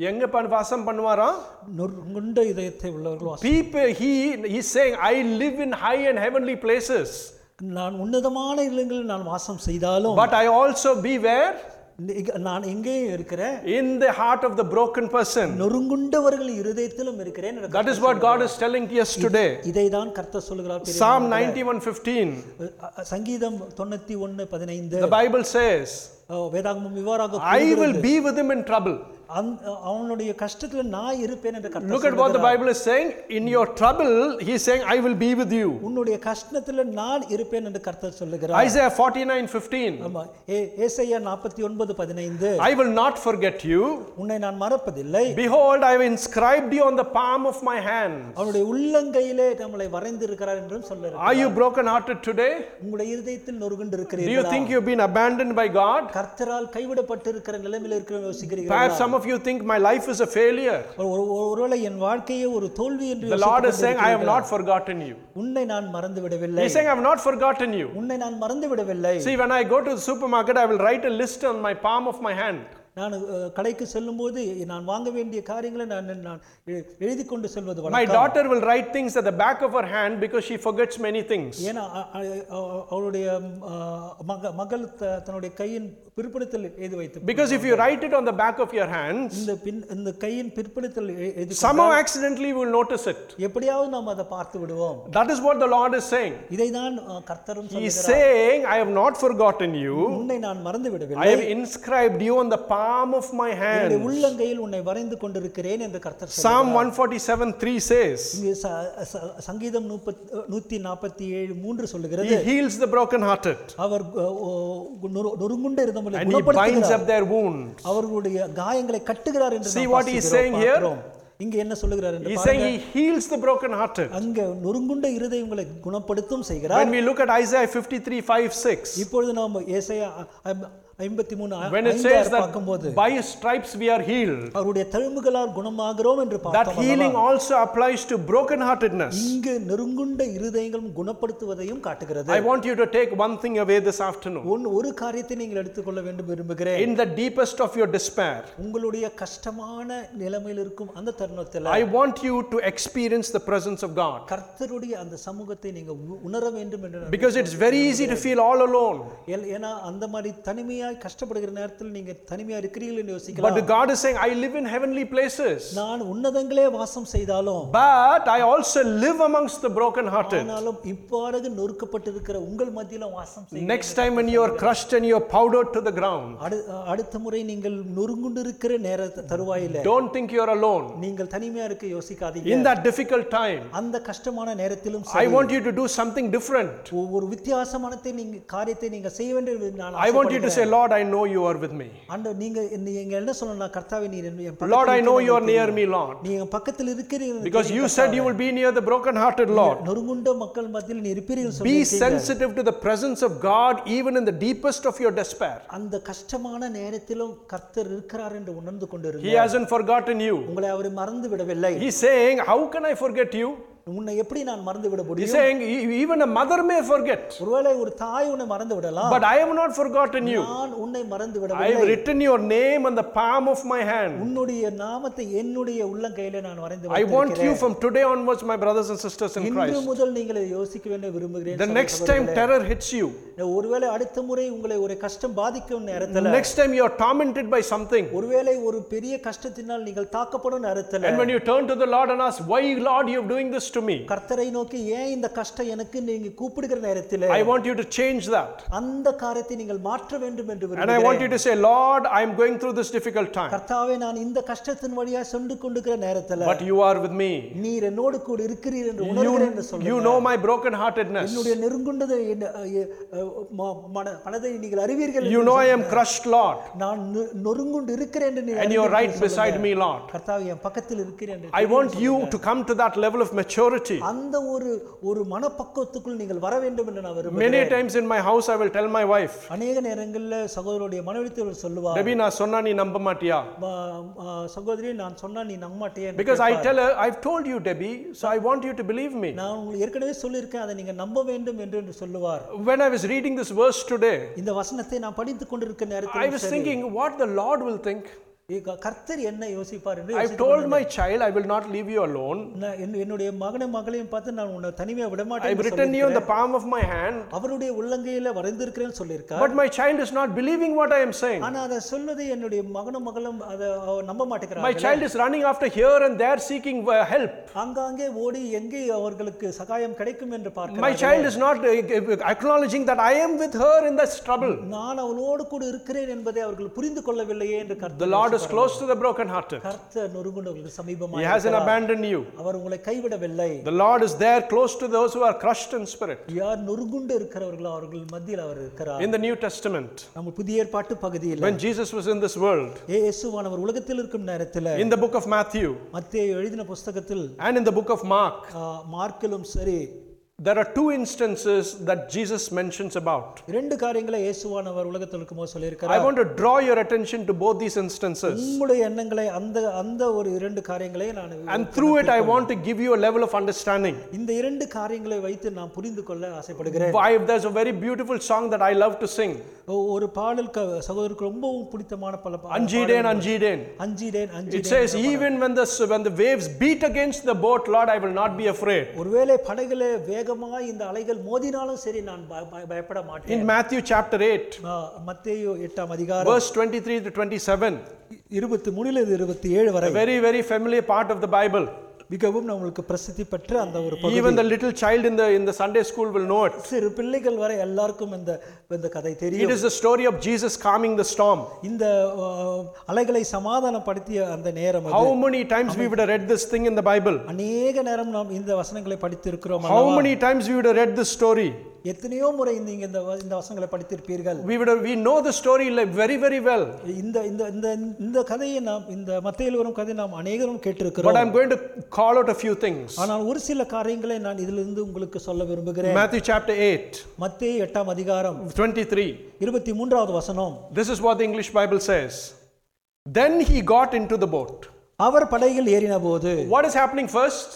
Speaker 1: எங்க பண்- வாசம் பண்ணுவாராம்
Speaker 2: நொறுங்குண்ட இதயத்தை உள்ளவர்கள் வாசி
Speaker 1: people he he's saying i live in high and heavenly places
Speaker 2: நான் உன்னதமான இல்லங்களில் நான் வாசம் செய்தாலும்
Speaker 1: but i also be where
Speaker 2: இங்க- நான் எங்கேயும் இருக்கிறேன்
Speaker 1: in the heart of the broken person
Speaker 2: நொறுங்குண்டவர்கள் இருதயத்திலும் இருக்கிறேன் என்று
Speaker 1: that is what god is telling us today
Speaker 2: இதை தான் கர்த்தர் சொல்கிறார்
Speaker 1: psalm
Speaker 2: பிரியமானவர்களே.
Speaker 1: 91:15
Speaker 2: அஹ், அஹ், சங்கீதம் தொண்ணூத்தி ஒன்னு பதினைந்து
Speaker 1: the bible says
Speaker 2: அஹ், வேதாகமம் இவ்வாறாக
Speaker 1: i will be with him in trouble
Speaker 2: அந்த- அவனுடைய கஷ்டத்துல நான் இருப்பேன் என்று கர்த்தர்
Speaker 1: look at what the bible is saying in your trouble he's saying i will be with you
Speaker 2: சொல்கிறார். உன்னுடைய கஷ்டத்துல நான் இருப்பேன் என்று கர்த்தர் சொல்லுகிறார்
Speaker 1: isaiah 49:15
Speaker 2: ஆமா ஏ- ஏசாயா நாற்பத்தி ஒன்பது பதினைந்து
Speaker 1: i will not forget you
Speaker 2: உன்னை நான் மறப்பதில்லை
Speaker 1: behold i have inscribed you on the palm of my hand
Speaker 2: அவனுடைய உள்ளங்கையிலே நம்மளை வரைந்திருக்கிறார் என்றும் சொல்லுகிறார்
Speaker 1: are you broken hearted today
Speaker 2: உங்களுடைய இருதயத்தில் நொறுகுண்டு
Speaker 1: Do
Speaker 2: இருக்கிறீர்கள்
Speaker 1: you think you've been abandoned by God?
Speaker 2: கர்த்தரால் கைவிடப்பட்டிருக்கிற நிலைமையில் இருக்கிற யோசிக்கிறீர்கள்
Speaker 1: Perhaps some of you think my life is a failure.
Speaker 2: ஒரு ஒரு- ஒருவேளை என் வாழ்க்கையே ஒரு தோல்வி என்று
Speaker 1: The Lord is saying, I have not forgotten you.
Speaker 2: உன்னை நான் மறந்து விடவில்லை
Speaker 1: He's saying, I have not forgotten you.
Speaker 2: உன்னை நான் மறந்து விடவில்லை
Speaker 1: See, when I go to the supermarket, I will write a list on my palm of my hand.
Speaker 2: நான் அஹ், கடைக்கு செல்லும்போது நான் வாங்க வேண்டிய காரியங்களை நான் நான் எ- எழுதி கொண்டு செல்வது
Speaker 1: My
Speaker 2: வழக்கம்
Speaker 1: daughter will write things at the back of her hand because she forgets many things.
Speaker 2: ஏன்னா அ- அ- அ- அவளுடைய அஹ், மக மகள் த- தன்னுடைய கையின் பிற்படுத்தல் எழுதி வைத்து
Speaker 1: Because if you write it on the back of your hand,
Speaker 2: இந்த பின் இந்த கையின் பிற்படுத்தல் எ- எழுதி
Speaker 1: somehow accidentally you will notice it.
Speaker 2: எப்படியாவது நாம் அதை பார்த்து விடுவோம்
Speaker 1: That is what the Lord is saying.
Speaker 2: இதை தான் கர்த்தரும்
Speaker 1: He's
Speaker 2: சொல்லுகிறார்.
Speaker 1: saying, I have not forgotten you.
Speaker 2: உன்னை நான் மறந்து விடவில்லை
Speaker 1: Oh. I have inscribed you on the palm of my hand.
Speaker 2: என்னுடைய உள்ளங்கையில் உன்னை வரைந்து கொண்டிருக்கிறேன் என்று கர்த்தர் சொல்லுகிறார்.
Speaker 1: Psalm 147 3 says,
Speaker 2: இங்கே ச- ச- சங்கீதம் முப்பத்- நூத்தி நாற்பத்தி ஏழு மூன்று சொல்லுகிறது
Speaker 1: He heals the brokenhearted
Speaker 2: அவர் அஹ், ஓ- நொறு- நொறுங்குண்ட இருந்தவர்களை
Speaker 1: and He binds
Speaker 2: குணப்படுத்துகிறார்
Speaker 1: up their wound.
Speaker 2: அவர்களுடைய காயங்களை கட்டுகிறார் என்று
Speaker 1: See
Speaker 2: நாம்
Speaker 1: what he is saying here?
Speaker 2: பார்க்கிறோம். இங்கே என்ன சொல்லுகிறார் என்று
Speaker 1: He's
Speaker 2: பாருங்க.
Speaker 1: saying He heals the brokenhearted.
Speaker 2: அங்கே நொறுங்குண்ட இருதயங்களை குணப்படுத்தும் செய்கிறார்
Speaker 1: When we look at Isaiah 53 5 6,
Speaker 2: இப்பொழுது நாம் ஏசாயா ஐம்பத்தி மூணு
Speaker 1: When it says
Speaker 2: பார்க்கும்போது
Speaker 1: that by his stripes we are healed,
Speaker 2: அவருடைய தழும்புகளால் குணமாகிறோம் என்று
Speaker 1: that healing
Speaker 2: பார்த்தோம்
Speaker 1: also applies to brokenheartedness.
Speaker 2: இங்கு நெருங்குண்ட இருதயங்களும் குணப்படுத்துவதையும் காட்டுகிறது
Speaker 1: I want you to take one thing away this afternoon.
Speaker 2: One ஒரு காரியத்தை நீங்கள் எடுத்துக்கொள்ள வேண்டும் விரும்புகிறேன்
Speaker 1: In the deepest of your despair,
Speaker 2: உங்களுடைய கஷ்டமான நிலைமையில் இருக்கும் அந்த தருணத்தில்
Speaker 1: I want you to experience the presence of God.
Speaker 2: கர்த்தருடைய அந்த சமூகத்தை நீங்க உ- உணர வேண்டும் என்று நான்
Speaker 1: Because it's very easy to feel all alone.
Speaker 2: ஏல்- ஏன்னா அந்த மாதிரி தனிமையாய் கஷ்டப்படுகிற நேரத்தில் நீங்க தனிமையா இருக்கிறீர்கள் என்று யோசிக்கலாம்
Speaker 1: But God is saying, I live in heavenly places,
Speaker 2: நான் உன்னதங்களே வாசம் செய்தாலும்
Speaker 1: but I also live amongst the brokenhearted.
Speaker 2: ஆனாலும் இவ்வாறாக நொறுக்கப்பட்டிருக்கிற உங்கள் மத்தியில வாசம் செய்ய
Speaker 1: Next time when you are crushed and you are powdered to the ground,
Speaker 2: அடு- அடுத்த முறை நீங்கள் நொறுங்குண்டிருக்கிற நேர தருவாயில
Speaker 1: don't think you are alone.
Speaker 2: நீங்கள் தனிமையா இருக்க யோசிக்காதீங்க
Speaker 1: In that difficult time,
Speaker 2: அந்த கஷ்டமான நேரத்திலும் சரி,
Speaker 1: I want you to do something different.
Speaker 2: ஒ- ஒரு வித்தியாசமானத்தை நீங்க காரியத்தை நீங்க செய்ய வேண்டும் என்று நான்
Speaker 1: I want you to say, Lord, I know you are with me.
Speaker 2: ஆண்டவர் நீங்க நீங்க என்ன சொல்லணும் கர்த்தாவே நீர் என் என் பக்கத்தில்
Speaker 1: Lord, I know you are
Speaker 2: இருக்கிறீர்.
Speaker 1: near me, Lord.
Speaker 2: நீ என் பக்கத்தில் இருக்கிறீர்கள்
Speaker 1: Because you said you will be near the brokenhearted, Lord.
Speaker 2: நொறுங்குண்ட மக்கள் மத்தியில் நீ இருப்பீர்கள்
Speaker 1: Be
Speaker 2: சொல்லி
Speaker 1: sensitive to the presence of God even in the deepest of your despair.
Speaker 2: அந்த கஷ்டமான நேரத்திலும் கர்த்தர் இருக்கிறார் என்று உணர்ந்து கொண்டிருங்க
Speaker 1: He hasn't forgotten you.
Speaker 2: உங்களை அவர் மறந்து விடவில்லை
Speaker 1: He's saying, How can I forget you?
Speaker 2: உன்னை எப்படி நான் மறந்து விட முடியும்
Speaker 1: He's saying, "E- Even a mother may forget,
Speaker 2: ஒருவேளை ஒரு தாய் உன்னை மறந்து விடலாம்
Speaker 1: but I have not forgotten you.
Speaker 2: நான் உன்னை மறந்து
Speaker 1: I
Speaker 2: விடவில்லை
Speaker 1: have written your name on the palm of my hand.
Speaker 2: உன்னுடைய நாமத்தை என்னுடைய உள்ளங்கையில நான் வரைந்து
Speaker 1: I want
Speaker 2: வைத்திருக்கிறேன்
Speaker 1: you from today onwards, my brothers and sisters in
Speaker 2: இன்று
Speaker 1: Christ.
Speaker 2: முதல் நீங்கள் இதை யோசிக்க வேண்டும் விரும்புகிறேன்
Speaker 1: The
Speaker 2: சகோதரர்களே.
Speaker 1: next time terror hits you,
Speaker 2: ஒருவேளை அடுத்த முறை உங்களை ஒரு கஷ்டம் பாதிக்கும்
Speaker 1: the
Speaker 2: நேரத்துல
Speaker 1: next time you are tormented by something,
Speaker 2: ஒருவேளை ஒரு பெரிய கஷ்டத்தினால் நீங்கள் தாக்கப்படும் நேரத்துல
Speaker 1: and when you turn to the Lord and ask, Why, Lord, you are doing this to me?
Speaker 2: கர்த்தரை நோக்கி ஏன் இந்த கஷ்டம் எனக்கு நீங்க கூப்பிடுகிற நேரத்துல
Speaker 1: I want you to change that.
Speaker 2: அந்த காரியத்தை நீங்கள் மாற்ற வேண்டும் என்று
Speaker 1: And I
Speaker 2: விரும்புகிறேன்
Speaker 1: want you to say, Lord, I'm going through this difficult time,
Speaker 2: கர்த்தாவே நான் இந்த கஷ்டத்தின் வழியா சென்று கொண்டிருக்கிற நேரத்துல
Speaker 1: but you are with me.
Speaker 2: நீர் என்னோடு கூட இருக்கிறீர் என்று உணர்கிறேன் என்று
Speaker 1: You,
Speaker 2: சொல்லுங்க
Speaker 1: you know my brokenheartedness.
Speaker 2: என்னுடைய நெருங்குண்டதை என்ன- எ- அஹ் ம- மன- மனதை நீங்கள் அறிவீர்கள்
Speaker 1: You know I am crushed, Lord,
Speaker 2: நான் நொ- நொறுங்குண்டு இருக்கிறேன் என்று நீர்
Speaker 1: and you are
Speaker 2: அறிவீர்கள்
Speaker 1: right
Speaker 2: என்று
Speaker 1: beside
Speaker 2: சொல்லுங்க.
Speaker 1: me, Lord.
Speaker 2: கர்த்தாவே என் பக்கத்தில் இருக்கிறேன் என்று
Speaker 1: I want you to come to that level of maturity.
Speaker 2: அந்த ஒரு ஒரு மனப்பக்குவத்துக்குள் நீங்கள் வர வேண்டும் என்று நான் விரும்புகிறேன்
Speaker 1: Many times in my house, I will tell my wife,
Speaker 2: அநேக நேரங்கள்ல சகோதரருடைய மனைவித்தவர் சொல்லுவார்
Speaker 1: Debbie, நான் சொன்னா நீ நம்ப மாட்டியா?
Speaker 2: "ம- ம- சகோதரி நான் சொன்னா நீ நம்ப மாட்டியே என்று
Speaker 1: Because I tell her, I've told you, Debbie, so I want you to believe me.
Speaker 2: நான் உங்களுக்கு ஏற்கனவே சொல்லியிருக்கேன் அதை நீங்க நம்ப வேண்டும் என்று என்று சொல்லுவார்
Speaker 1: When I was reading this verse today,
Speaker 2: இந்த வசனத்தை நான் படித்துக் கொண்டிருக்கிற
Speaker 1: I
Speaker 2: நேரத்தில்
Speaker 1: was thinking what the Lord will think.
Speaker 2: ஏ, க- கர்த்தர் என்ன யோசிப்பார் என்று
Speaker 1: I've told my child, I will not leave you alone.
Speaker 2: நான் என்- என்னுடைய மகனை மகளையும் பார்த்து நான் உன்னை தனிமையா
Speaker 1: I've
Speaker 2: விடமாட்டேன்
Speaker 1: written you on the palm of my hand.
Speaker 2: அவருடைய உள்ளங்கையில வரைந்திருக்கிறேன்னு சொல்லியிருக்கார்
Speaker 1: But my child is not believing what I am saying.
Speaker 2: ஆனா அதை சொல்வதை என்னுடைய மகனும் மகளும் அதை அவ நம்ப
Speaker 1: My
Speaker 2: மாட்டேங்கிறாங்க
Speaker 1: child is running after here and there seeking uh, help.
Speaker 2: ஆங்காங்கே ஓடி எங்கே அவர்களுக்கு சகாயம் கிடைக்கும் என்று
Speaker 1: My
Speaker 2: பார்க்கிறார்
Speaker 1: child is not uh, acknowledging that I am with her in this trouble.
Speaker 2: நான் அவளோடு கூட இருக்கிறேன் என்பதை அவர்கள் புரிந்து கொள்ளவில்லையே என்று
Speaker 1: The
Speaker 2: கர்த்தர்
Speaker 1: Lord is close to the brokenhearted.
Speaker 2: கர்த்த நொறுங்குண்டவர்களுக்கு
Speaker 1: He
Speaker 2: சமீபமாக
Speaker 1: hasn't abandoned you.
Speaker 2: அவர் உங்களை கைவிடவில்லை
Speaker 1: The Lord is there close to those who are crushed in spirit.
Speaker 2: யார் நொறுங்குண்டு இருக்கிறவர்களோ அவர்கள் மத்தியில் அவர் இருக்கிறார்
Speaker 1: In the New Testament,
Speaker 2: நம்ம புதிய ஏற்பாட்டு பகுதியில்
Speaker 1: when Jesus was in this world,
Speaker 2: இயேசுவானவர் உலகத்தில் இருக்கும் நேரத்தில்
Speaker 1: in the book of Matthew
Speaker 2: மத்திய எழுதின புஸ்தகத்தில்
Speaker 1: and in the book of Mark,
Speaker 2: ஆ, மார்க்கிலும் சரி
Speaker 1: there are two instances that Jesus mentions about.
Speaker 2: இரண்டு காரியங்களை இயேசுவானவர் உலகத்தில் இருக்குமோ சொல்லியிருக்கிறார்
Speaker 1: I want to draw your attention to both these instances.
Speaker 2: உங்களுடைய எண்ணங்களை அந்த அந்த ஒரு இரண்டு காரியங்களை நான்
Speaker 1: And through it, I want to give you a level of understanding.
Speaker 2: இந்த இரண்டு காரியங்களை வைத்து நான் புரிந்து கொள்ள ஆசைப்படுகிறேன்
Speaker 1: Why, there's a very beautiful song that I love to sing.
Speaker 2: ஒ- ஒரு பாடல் க- சகோதரருக்கு ரொம்பவும் பிடித்தமான பல பா-
Speaker 1: Anjiden, Anjiden.
Speaker 2: அஞ்சிடேன் அஞ்சிடேன்
Speaker 1: It says, even when the, when the waves beat against the boat, Lord, I will not be afraid.
Speaker 2: ஒருவேளை படகுல வேகமாய் இந்த அலைகள் மோதினாலும் சரி நான் பய- பய- பயப்பட மாட்டேன்
Speaker 1: In Matthew chapter 8,
Speaker 2: ஆ, மத்தேயு எட்டாம் அதிகாரம்
Speaker 1: verse 23 to 27,
Speaker 2: இருபத்தி மூணுல இது இருபத்தி ஏழு வரை
Speaker 1: a very, very familiar part of the Bible.
Speaker 2: மிகவும் நம்மளுக்கு பிரசித்தி பெற்ற அந்த ஒரு பகுதி
Speaker 1: Even the little child in the, in the Sunday school will know it.
Speaker 2: சிறு பிள்ளைகள் வரை எல்லாருக்கும் இந்த இந்த கதை தெரியும்
Speaker 1: It is the story of Jesus calming the storm.
Speaker 2: இந்த ஆ, அலைகளை சமாதானப்படுத்திய அந்த நேரம் அது.
Speaker 1: How many times we would have read this thing in the Bible?
Speaker 2: அநேக நேரம் நாம் இந்த வசனங்களை படித்திருக்கிறோம்
Speaker 1: How many times we would have read this story?
Speaker 2: எத்தனையோ முறை நீங்க இந்த வ- இந்த வசனங்களை படித்திருப்பீர்கள்
Speaker 1: We would have, we know the story like very, very well.
Speaker 2: இந்த இந்த இந்த இந்த கதையை நாம் இந்த மத்தியில் வரும் கதையை நாம் அநேகரும்
Speaker 1: But
Speaker 2: கேட்டிருக்கிறோம்
Speaker 1: I'm going to call out a few things.
Speaker 2: ஆனால் ஒரு சில காரியங்களை நான் இதிலிருந்து உங்களுக்கு சொல்ல விரும்புகிறேன்
Speaker 1: Matthew chapter 8,
Speaker 2: மத்தேயு எட்டாம் அதிகாரம்
Speaker 1: 23.
Speaker 2: இருபத்தி மூன்றாவது வசனம்
Speaker 1: This is what the English Bible says. Then he got into the boat.
Speaker 2: அவர் படகில் ஏறினபோது
Speaker 1: What is happening first?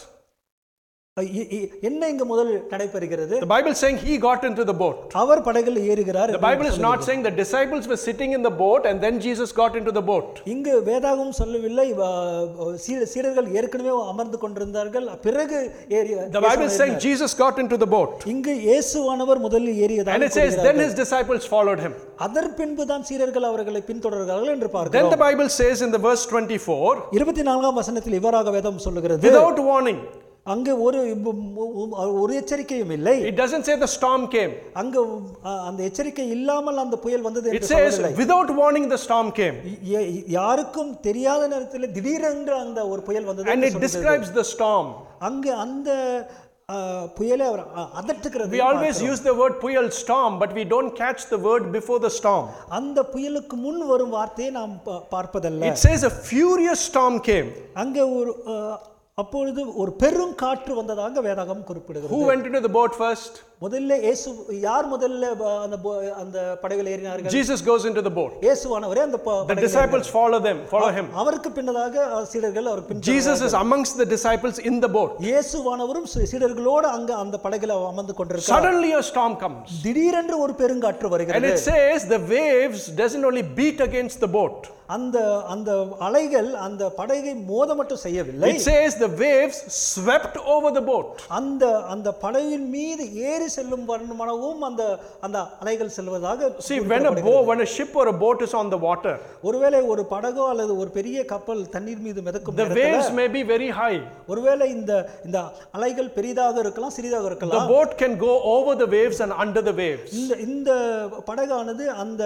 Speaker 2: இ- இ- என்ன இங்கு முதல் நடைபெறுகிறது
Speaker 1: The Bible is saying he got into the boat.
Speaker 2: அவர் படகில் ஏறுகிறார்
Speaker 1: The Bible is not saying the disciples were sitting in the boat and then Jesus got into the boat.
Speaker 2: இங்கு வேதாகம் சொல்லவில்லை வ- சீ- சீடர்கள் ஏற்கனவே அமர்ந்து கொண்டிருந்தார்கள் பிறகு ஏறி
Speaker 1: The Bible is saying Jesus got into the boat.
Speaker 2: இங்கு இயேசுவானவர் முதலில்
Speaker 1: And
Speaker 2: ஏறியதாக
Speaker 1: it says,
Speaker 2: கூறுகிறார்.
Speaker 1: then his disciples followed him.
Speaker 2: அதன் பின்புதான் சீடர்கள் அவர்களை பின்தொடர்கிறார்கள்
Speaker 1: Then
Speaker 2: என்று
Speaker 1: the
Speaker 2: பார்க்கிறோம்
Speaker 1: Bible says in the verse 24,
Speaker 2: இருபத்தி நான்காம் வசனத்தில் இவ்வாறாக வேதம் சொல்லுகிறது
Speaker 1: without warning,
Speaker 2: அங்கு ஒரு ஒரு எச்சரிக்கையும் இல்லை
Speaker 1: it doesn't say the storm came.
Speaker 2: அங்கு அஹ், அந்த எச்சரிக்கை இல்லாமல் அந்த புயல் வந்தது
Speaker 1: It
Speaker 2: என்று
Speaker 1: says,
Speaker 2: சொல்லவில்லை.
Speaker 1: without warning, the storm came.
Speaker 2: இ- இ- யாருக்கும் தெரியாத நேரத்தில் திடீரென்று அந்த ஒரு புயல் வந்தது
Speaker 1: And
Speaker 2: என்று
Speaker 1: it
Speaker 2: சொல்லுகிறது.
Speaker 1: describes the storm.
Speaker 2: அங்கு அந்த அஹ், புயலை அவர் அ- அதட்டுகிறது
Speaker 1: We always use the word puyal storm, but we don't catch the word before the storm.
Speaker 2: அந்த புயலுக்கு முன் வரும் வார்த்தையை நாம் பா- பார்ப்பதல்ல
Speaker 1: It says a furious storm came.
Speaker 2: அங்கே ஒரு அஹ், அப்பொழுது ஒரு பெரும் காற்று வந்ததாக வேதாகம் குறிப்பிடுகிறது
Speaker 1: Who went into the boat first?
Speaker 2: முதல்ல இயேசு யார் முதல்ல ப- அந்த போ- அந்த படகுல ஏறினார்கள்
Speaker 1: Jesus goes into the boat.
Speaker 2: இயேசுவானவரே அந்த ப-
Speaker 1: The
Speaker 2: படகில்
Speaker 1: disciples follow them, follow him.
Speaker 2: அவருக்கு பின்னதாக அஹ், சீடர்கள் அவர் பின்
Speaker 1: Jesus is amongst the disciples in the boat.
Speaker 2: இயேசுவானவரும் சீ- சீடர்களோடு அங்க அந்த படகுல அமர்ந்து கொண்டிருக்கிறார்
Speaker 1: Suddenly a storm comes.
Speaker 2: திடீரென்று ஒரு பெருங்காற்று
Speaker 1: And
Speaker 2: வருகிறது
Speaker 1: it says the waves doesn't only beat against the boat.
Speaker 2: அந்த அந்த அலைகள் அந்த படகை மோத மட்டும் செய்யவில்லை
Speaker 1: It says the waves swept over the boat.
Speaker 2: அந்த அந்த படகின் மீது ஏறி செல்லும் வண்ணமாகவும் அந்த அந்த அலைகள் செல்வதாக
Speaker 1: See, when a boat, when a ship or a boat is on the water,
Speaker 2: ஒருவேளை ஒரு படகோ அல்லது ஒரு பெரிய கப்பல் தண்ணீர் மீது மிதக்கும்
Speaker 1: the
Speaker 2: நேரத்துல,
Speaker 1: waves may be very high.
Speaker 2: ஒருவேளை இந்த இந்த அலைகள் பெரிதாக இருக்கலாம் சிறிதாக
Speaker 1: The
Speaker 2: இருக்கலாம்
Speaker 1: boat can go over the waves and under the waves.
Speaker 2: இந்த இந்த படகானது அந்த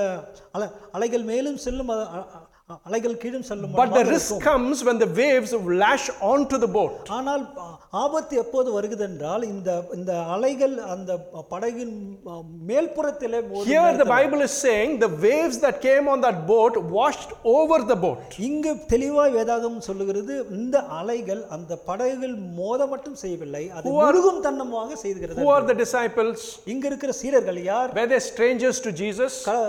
Speaker 2: அலை அலைகள் மேலும் செல்லும் அ- அ- அ- அலைகள் கீழும் செல்லும்
Speaker 1: But the
Speaker 2: வண்ணமாக
Speaker 1: risk comes when the waves lash onto the boat.
Speaker 2: ஆனால் ஆ- ஆபத்து எப்போது வருகிறதென்றால் இந்த இந்த அலைகள் அந்த படகின் ஆ, மேல்புறத்திலே மோதும்
Speaker 1: Here the
Speaker 2: நேரத்தில்
Speaker 1: Bible is saying the waves that came on that boat washed over the boat.
Speaker 2: இங்கு தெளிவாய் வேதாகம் சொல்லுகிறது இந்த அலைகள் அந்த படகுகள் மோத மட்டும் செய்யவில்லை அது முழுகும் தன்னமாக செய்துகிறது
Speaker 1: Who are the disciples?
Speaker 2: இங்க இருக்கிற சீரர்கள் யார்
Speaker 1: Were they strangers to Jesus?
Speaker 2: க-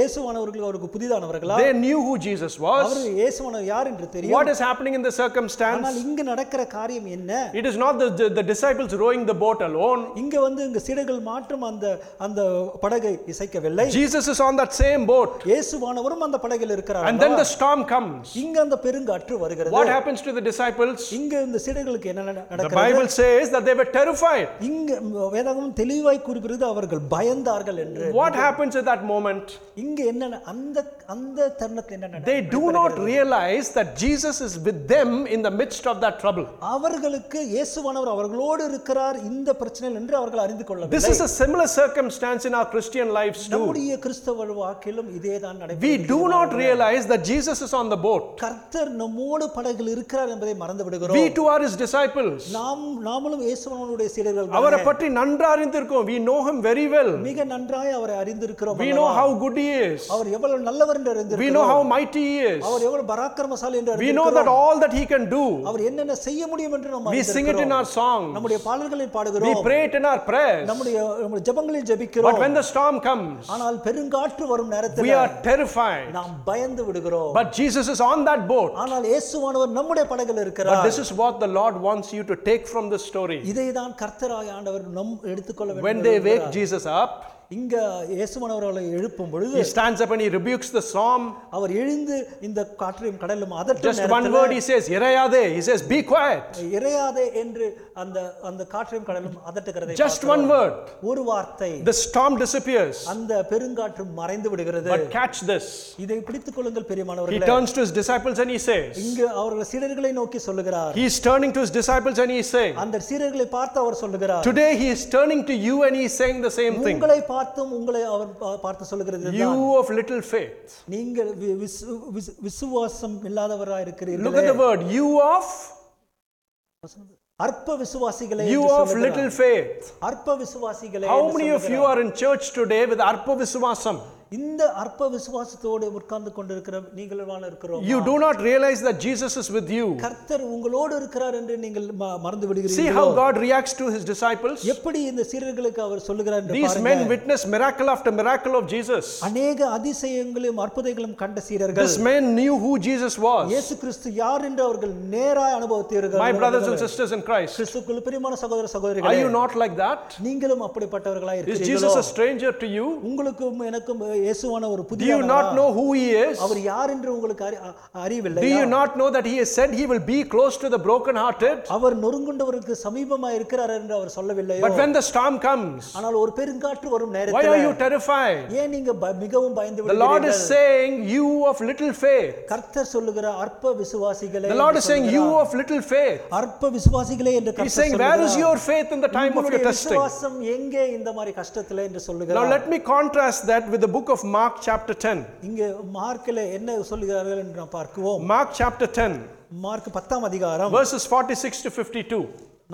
Speaker 2: இயேசுவானவர்கள் அவருக்கு புதிதானவர்களா
Speaker 1: They knew who Jesus was.
Speaker 2: அவர் இயேசுவானவர் யார் என்று தெரியும்
Speaker 1: What is happening in the circumstance?
Speaker 2: ஆனால் இங்கு நடக்கிற காரியம் என்ன
Speaker 1: It is not the, the, the disciples rowing the boat alone.
Speaker 2: இங்க வந்து இங்க சீடர்கள் மாற்றும் அந்த அந்த படகை இசைக்கவில்லை
Speaker 1: Jesus is on that same boat.
Speaker 2: இயேசுவானவரும் அந்த படகில் இருக்கிறார்
Speaker 1: And then the storm comes.
Speaker 2: இங்க அந்த பெருங்காற்று வருகிறது
Speaker 1: What happens to the disciples?
Speaker 2: இங்க இந்த சீடர்களுக்கு என்ன நட-
Speaker 1: The
Speaker 2: நடக்கிறது
Speaker 1: Bible says that they were terrified.
Speaker 2: இங்க வேதாகம் தெளிவாய் குறிப்பிடுகிறது அவர்கள் பயந்தார்கள் என்று
Speaker 1: What happens at that moment?
Speaker 2: இங்க என்ன அந்த அந்த தருணத்தில் என்ன நடக்கிறது?
Speaker 1: They do not realize that Jesus is with them in the midst of that trouble.
Speaker 2: அவர்களுக்கு இயேசுவானவர் அவர்களோடு இருக்கிறார் இந்த பிரச்சனையில் என்று அவர்கள் அறிந்து கொள்ள
Speaker 1: This is a similar circumstance in our Christian lives too.
Speaker 2: நம்முடைய கிறிஸ்தவ வாழ்க்கையிலும் இதேதான் நடைபெறும்
Speaker 1: We do not realize that Jesus is on the boat.
Speaker 2: கர்த்தர் நம்மோடு படகில் இருக்கிறார் என்பதை மறந்து விடுகிறோம்
Speaker 1: We too are his disciples.
Speaker 2: நாம் நாமளும் இயேசுவானவருடைய சீடர்கள் தான்.
Speaker 1: அவரை பற்றி நன்றா அறிந்திருக்கோம். We know him very well.
Speaker 2: மிக நன்றாய் அவரை அறிந்திருக்கிறோம்
Speaker 1: We know how good he is.
Speaker 2: அவர் எவ்வளவு நல்லவர் என்று
Speaker 1: We
Speaker 2: அறிந்திருக்கிறோம்
Speaker 1: know how mighty he is.
Speaker 2: அவர் எவ்வளவு பராக்கிரமசாலி என்று
Speaker 1: We know
Speaker 2: அறிந்திருக்கிறோம்
Speaker 1: that all that he can do.
Speaker 2: அவர் என்னென்ன செய்ய முடியும் என்று நாம்
Speaker 1: We sing it in
Speaker 2: அறிந்திருக்கிறோம்
Speaker 1: our song.
Speaker 2: நம்முடைய பாடல்களில்
Speaker 1: We
Speaker 2: பாடுகிறோம்
Speaker 1: pray it in our prayers.
Speaker 2: நம்முடைய நம்முடைய ஜெபங்களில்
Speaker 1: But
Speaker 2: ஜெபிக்கிறோம்
Speaker 1: when the storm comes,
Speaker 2: ஆனால் பெருங்காற்று வரும்
Speaker 1: we
Speaker 2: நேரத்தில்
Speaker 1: are terrified.
Speaker 2: நாம் பயந்து விடுகிறோம்
Speaker 1: But Jesus is on that boat.
Speaker 2: ஆனால் இயேசுவானவர் நம்முடைய படகில்
Speaker 1: But
Speaker 2: இருக்கிறார்
Speaker 1: this is what the Lord wants you to take from this story.
Speaker 2: இதை தான் கர்த்தராக ஆண்டவர் நம் எடுத்துக்கொள்ள
Speaker 1: When
Speaker 2: வேண்டும்
Speaker 1: they wake Jesus up,
Speaker 2: இங்க இயேசுவானவர் அவர்களை எழுப்பும் பொழுது
Speaker 1: he stands up and he rebukes the storm.
Speaker 2: அவர் எழுந்து இந்த காற்றையும் கடலும்
Speaker 1: Just
Speaker 2: அதட்டும்
Speaker 1: one word he says, Irayade. He says, Be quiet.
Speaker 2: இறையாதே என்று அந்த அந்த காற்றையும் கடலும் அதட்டுகிறதை
Speaker 1: Just one word.
Speaker 2: பார்க்கிறோம். ஒரு வார்த்தை
Speaker 1: The storm disappears.
Speaker 2: அந்த பெருங்காற்று மறைந்து விடுகிறது
Speaker 1: But catch this.
Speaker 2: இதை பிடித்துக் கொள்ளுங்கள்
Speaker 1: He
Speaker 2: பெரியமானவர்களே
Speaker 1: turns to his disciples and he says,
Speaker 2: இங்கு அவர்கள் சீடர்களை நோக்கி சொல்லுகிறார்
Speaker 1: He's turning to his disciples and he's saying,
Speaker 2: அந்த சீடர்களை பார்த்து அவர் சொல்லுகிறார்
Speaker 1: Today he is turning to you and he's saying the same thing.
Speaker 2: உங்களை பார்த்தும் உங்களை அவர் பா- பார்த்து சொல்லுகிறது
Speaker 1: You of little faith.
Speaker 2: நீங்கள் வி- விசு- விசு- விசுவாசம் இல்லாதவராக
Speaker 1: Look at
Speaker 2: இருக்கிறீர்கள்
Speaker 1: the word. You of,
Speaker 2: அற்ப விசுவாசிகளே என்று
Speaker 1: you of
Speaker 2: சொல்லுகிறார்.
Speaker 1: little faith.
Speaker 2: அற்ப விசுவாசிகளே
Speaker 1: How
Speaker 2: என்று
Speaker 1: many of
Speaker 2: சொல்லுகிறார்.
Speaker 1: you are in church today with Arpa Viswasam?
Speaker 2: இந்த அற்ப விசுவாசத்தோடு உட்கார்ந்து கொண்டிருக்கிற நீங்களும் இருக்கிறோம்
Speaker 1: You do not realize that Jesus is with you.
Speaker 2: கர்த்தர் உங்களோடு இருக்கிறார் என்று நீங்கள் ம- மறந்து
Speaker 1: See
Speaker 2: விடுகிறீர்கள்
Speaker 1: how God reacts to his disciples?
Speaker 2: எப்படி இந்த சீரர்களுக்கு அவர் சொல்லுகிறார் என்று
Speaker 1: These
Speaker 2: பாருங்க
Speaker 1: men witnessed miracle after miracle of Jesus.
Speaker 2: அநேக அதிசயங்களையும் அற்புதங்களும் கண்ட சீரர்கள்
Speaker 1: This man knew who Jesus was.
Speaker 2: இயேசு கிறிஸ்து யார் என்று அவர்கள் நேராய்
Speaker 1: My brothers
Speaker 2: அனுபவத்தீர்கள்
Speaker 1: and sisters in Christ,
Speaker 2: கிறிஸ்துக்குள் பிரியமான சகோதர
Speaker 1: are
Speaker 2: சகோதரிகளே
Speaker 1: you not like that?
Speaker 2: நீங்களும் அப்படிப்பட்டவர்களாய்
Speaker 1: Is
Speaker 2: இருக்கிறீர்களோ
Speaker 1: Jesus a stranger to you?
Speaker 2: உங்களுக்கும் எனக்கும் இயேசுவான ஒரு
Speaker 1: Do
Speaker 2: புதிய
Speaker 1: you not know who he is?
Speaker 2: அவர் யார் என்று உங்களுக்கு அறி- அ- அறிவில்லை
Speaker 1: Do you not know that he has said he will be close to the brokenhearted?
Speaker 2: அவர் நொறுங்குண்டவருக்கு சமீபமா இருக்கிறார் என்று அவர் சொல்லவில்லை
Speaker 1: But when the storm comes,
Speaker 2: ஆனால் ஒரு பெருங்காற்று வரும்
Speaker 1: why
Speaker 2: நேரத்தில்
Speaker 1: are you terrified?
Speaker 2: ஏன் நீங்க ப- மிகவும் பயந்து
Speaker 1: The Lord
Speaker 2: விடுகிறீர்கள்
Speaker 1: is saying, You of little faith.
Speaker 2: கர்த்தர் சொல்லுகிற அற்ப விசுவாசிகளே
Speaker 1: The
Speaker 2: என்று
Speaker 1: Lord is saying,
Speaker 2: சொல்லுகிறார்.
Speaker 1: You of little faith.
Speaker 2: அற்ப விசுவாசிகளே என்று
Speaker 1: He's
Speaker 2: கர்த்தர்
Speaker 1: saying, Where is
Speaker 2: சொல்லுகிறார்.
Speaker 1: your faith in the time of your
Speaker 2: உங்களுடைய
Speaker 1: testing?
Speaker 2: விசுவாசம் எங்கே இந்த மாதிரி கஷ்டத்துல என்று
Speaker 1: Now
Speaker 2: சொல்லுகிறார்
Speaker 1: let me contrast that with the book of Mark, chapter 10.
Speaker 2: இங்க மார்க்ல என்ன சொல்லுகிறார்கள் என்று நாம் பார்க்குவோம்
Speaker 1: Mark, chapter 10,
Speaker 2: மார்க் பத்தாம் அதிகாரம்
Speaker 1: verses 46 to 52.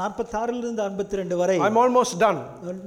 Speaker 2: நாற்பத்தாறிலிருந்து இருந்து ஐம்பத்தி ரெண்டு வரை
Speaker 1: I'm almost done.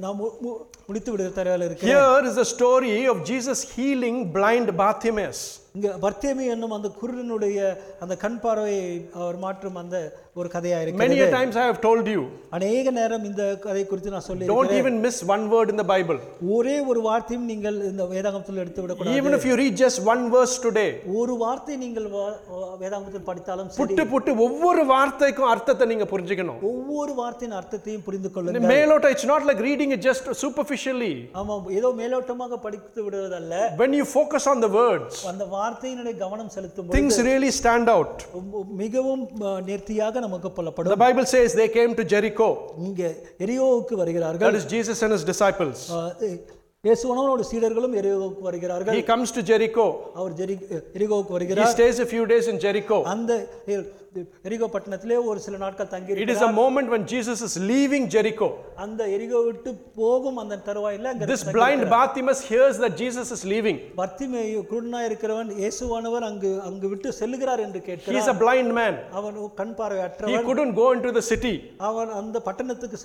Speaker 2: நாம் மு- மு- முடித்து விடுகிற தயாரில் இருக்கு
Speaker 1: Here is the story of Jesus healing blind Bartimaeus.
Speaker 2: இங்க பர்த்தேமி என்னும் அந்த குருடனுடைய அந்த கண் பார்வையை அவர் மாற்றும் அந்த ஒரு கதையா இருக்கு
Speaker 1: Many a times I have told you,
Speaker 2: அநேக நேரம் இந்த கதை குறித்து நான் சொல்லி
Speaker 1: don't even miss one word in the Bible.
Speaker 2: ஒரே ஒரு வார்த்தையும் நீங்கள் இந்த வேதாகமத்தில் எடுத்து விடக்கூடாது
Speaker 1: Even if you read just one verse today,
Speaker 2: ஒரு வார்த்தை நீங்கள் வா- வா- வேதாகமத்தில் படித்தாலும் சரி
Speaker 1: புட்டு புட்டு ஒவ்வொரு வார்த்தைக்கும் அர்த்தத்தை நீங்க புரிஞ்சுக்கணும்
Speaker 2: ஒவ்வொரு வார்த்தையின் அர்த்தத்தையும் புரிந்து
Speaker 1: இந்த
Speaker 2: கொள்ளுங்கள்
Speaker 1: மேலோட்ட it's not like reading it just superficially
Speaker 2: ஆமாம் ஏதோ மேலோட்டமாக படித்து விடுவதல்ல
Speaker 1: when you focus on the words
Speaker 2: அந்த வார்த்தையினுடைய கவனம் செலுத்தும் போது
Speaker 1: things really stand out
Speaker 2: ரொம்ப- மிகவும் அஹ், நேர்த்தியாக நமக்கு புலப்படும்
Speaker 1: the bible says they came to jericho
Speaker 2: இங்கே எரியோவுக்கு வருகிறார்கள்
Speaker 1: that is jesus and his disciples
Speaker 2: அஹ், இ- இயேசுவானவரோட சீடர்களும் எரியோவுக்கு வருகிறார்கள்
Speaker 1: he comes to jericho
Speaker 2: our zari எரிகோவுக்கு
Speaker 1: he
Speaker 2: வருகிறார்
Speaker 1: stays a few days in jericho
Speaker 2: அந்த எ- எரிகோ பட்டணத்திலே ஒரு சில நாட்கள் தங்கி
Speaker 1: it is a moment when jesus is leaving jericho
Speaker 2: அந்த எரிகோ விட்டு போகும் அந்த தருவாயில அங்க
Speaker 1: this blind bartimaeus hears that jesus is leaving
Speaker 2: பர்த்திமே குருடனா இருக்கிறவன் இயேசுவானவர் அங்கு அங்கு விட்டு செல்லுகிறார் என்று
Speaker 1: he
Speaker 2: கேட்கிறார்
Speaker 1: is a blind man
Speaker 2: அவன் கண் பார்வையற்றவன்
Speaker 1: he couldn't go into the city
Speaker 2: அவன் அந்த பட்டணத்துக்கு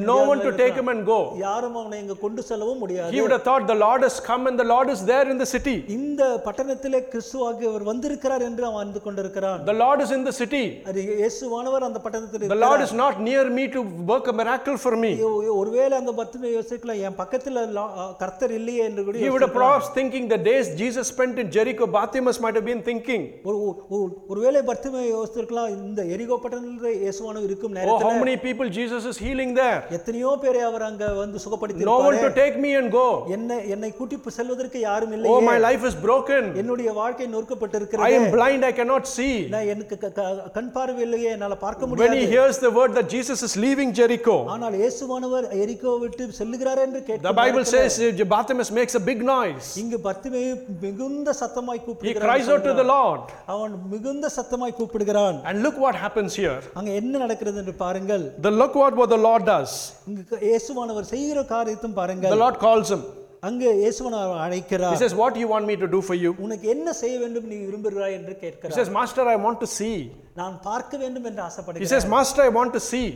Speaker 1: no
Speaker 2: முடியாத
Speaker 1: one to take him and go
Speaker 2: யாரும் அவனை இங்க கொண்டு செல்லவும் முடியாது
Speaker 1: he would have thought the lord has come and the lord is there in the city
Speaker 2: இந்த பட்டணத்திலே கிறிஸ்துவாகியவர் வந்திருக்கிறார் என்று அவன் அறிந்து கொண்டிருக்கிறான்
Speaker 1: the lord is in the city
Speaker 2: அது இயேசுவானவர் அந்த பட்டணத்தில்
Speaker 1: the lord is not near me to work a miracle for me
Speaker 2: இரு- ஒருவேளை அந்த பர்த்திமே யோசிக்கலாம் என் பக்கத்துல லா- அ, கர்த்தர் இல்லையே என்று கூட
Speaker 1: He would have perhaps thinking the days Jesus spent in Jericho, Bartimaeus might have been thinking,
Speaker 2: ஒரு- ஒரு- ஒரு- ஒருவேளை பர்த்திமே யோசித்திருக்கலாம் இந்த எரிகோ பட்டணத்தில் இயேசுவானவர் இருக்கும்
Speaker 1: Oh,
Speaker 2: நேரத்தில்
Speaker 1: how many people Jesus is healing there?
Speaker 2: எத்தனையோ பேரை அவர் அங்க வந்து சுகப்படுத்தி
Speaker 1: No one to take me and go.
Speaker 2: என்னை என்னை கூட்டிப்பு செல்வதற்கு யாரும் இல்லை
Speaker 1: Oh, my life is broken.
Speaker 2: என்னுடைய வாழ்க்கை நொறுக்கப்பட்டிருக்கிறது
Speaker 1: I am blind, I cannot see.
Speaker 2: நான் எனக்கு க- க- கண் பார்வை இல்லையே என்னால பார்க்க முடியாது
Speaker 1: When he hears the word that Jesus is leaving Jericho,
Speaker 2: ஆனால் இயேசுவானவர் எரிகோ விட்டு செல்லுகிறார் என்று
Speaker 1: the
Speaker 2: கேட்க
Speaker 1: Bible says uh, Bartimaeus makes a big noise.
Speaker 2: இங்கு பர்த்திமேயு மிகுந்த சத்தமாய்
Speaker 1: He
Speaker 2: கூப்பிடுகிறான்
Speaker 1: cries out to the Lord.
Speaker 2: அவன் மிகுந்த சத்தமாய் கூப்பிடுகிறான்
Speaker 1: And look what happens here.
Speaker 2: அங்க என்ன நடக்கிறது என்று பாருங்கள்
Speaker 1: The look what, what the Lord does.
Speaker 2: இங்கு க- இயேசுவானவர் செய்கிற காரியத்தும்
Speaker 1: The
Speaker 2: பாருங்கள்
Speaker 1: Lord calls him.
Speaker 2: அங்கு இயேசுவானவர்
Speaker 1: He
Speaker 2: அழைக்கிறார்
Speaker 1: says, What do you want me to do for you?
Speaker 2: உனக்கு என்ன செய்ய வேண்டும் நீ விரும்புகிறாய் என்று
Speaker 1: He
Speaker 2: கேட்கிறார்
Speaker 1: says, Master, I want to see.
Speaker 2: நான் பார்க்க வேண்டும் என்று
Speaker 1: He
Speaker 2: ஆசைப்படுகிறேன்
Speaker 1: says, Master, I want to see.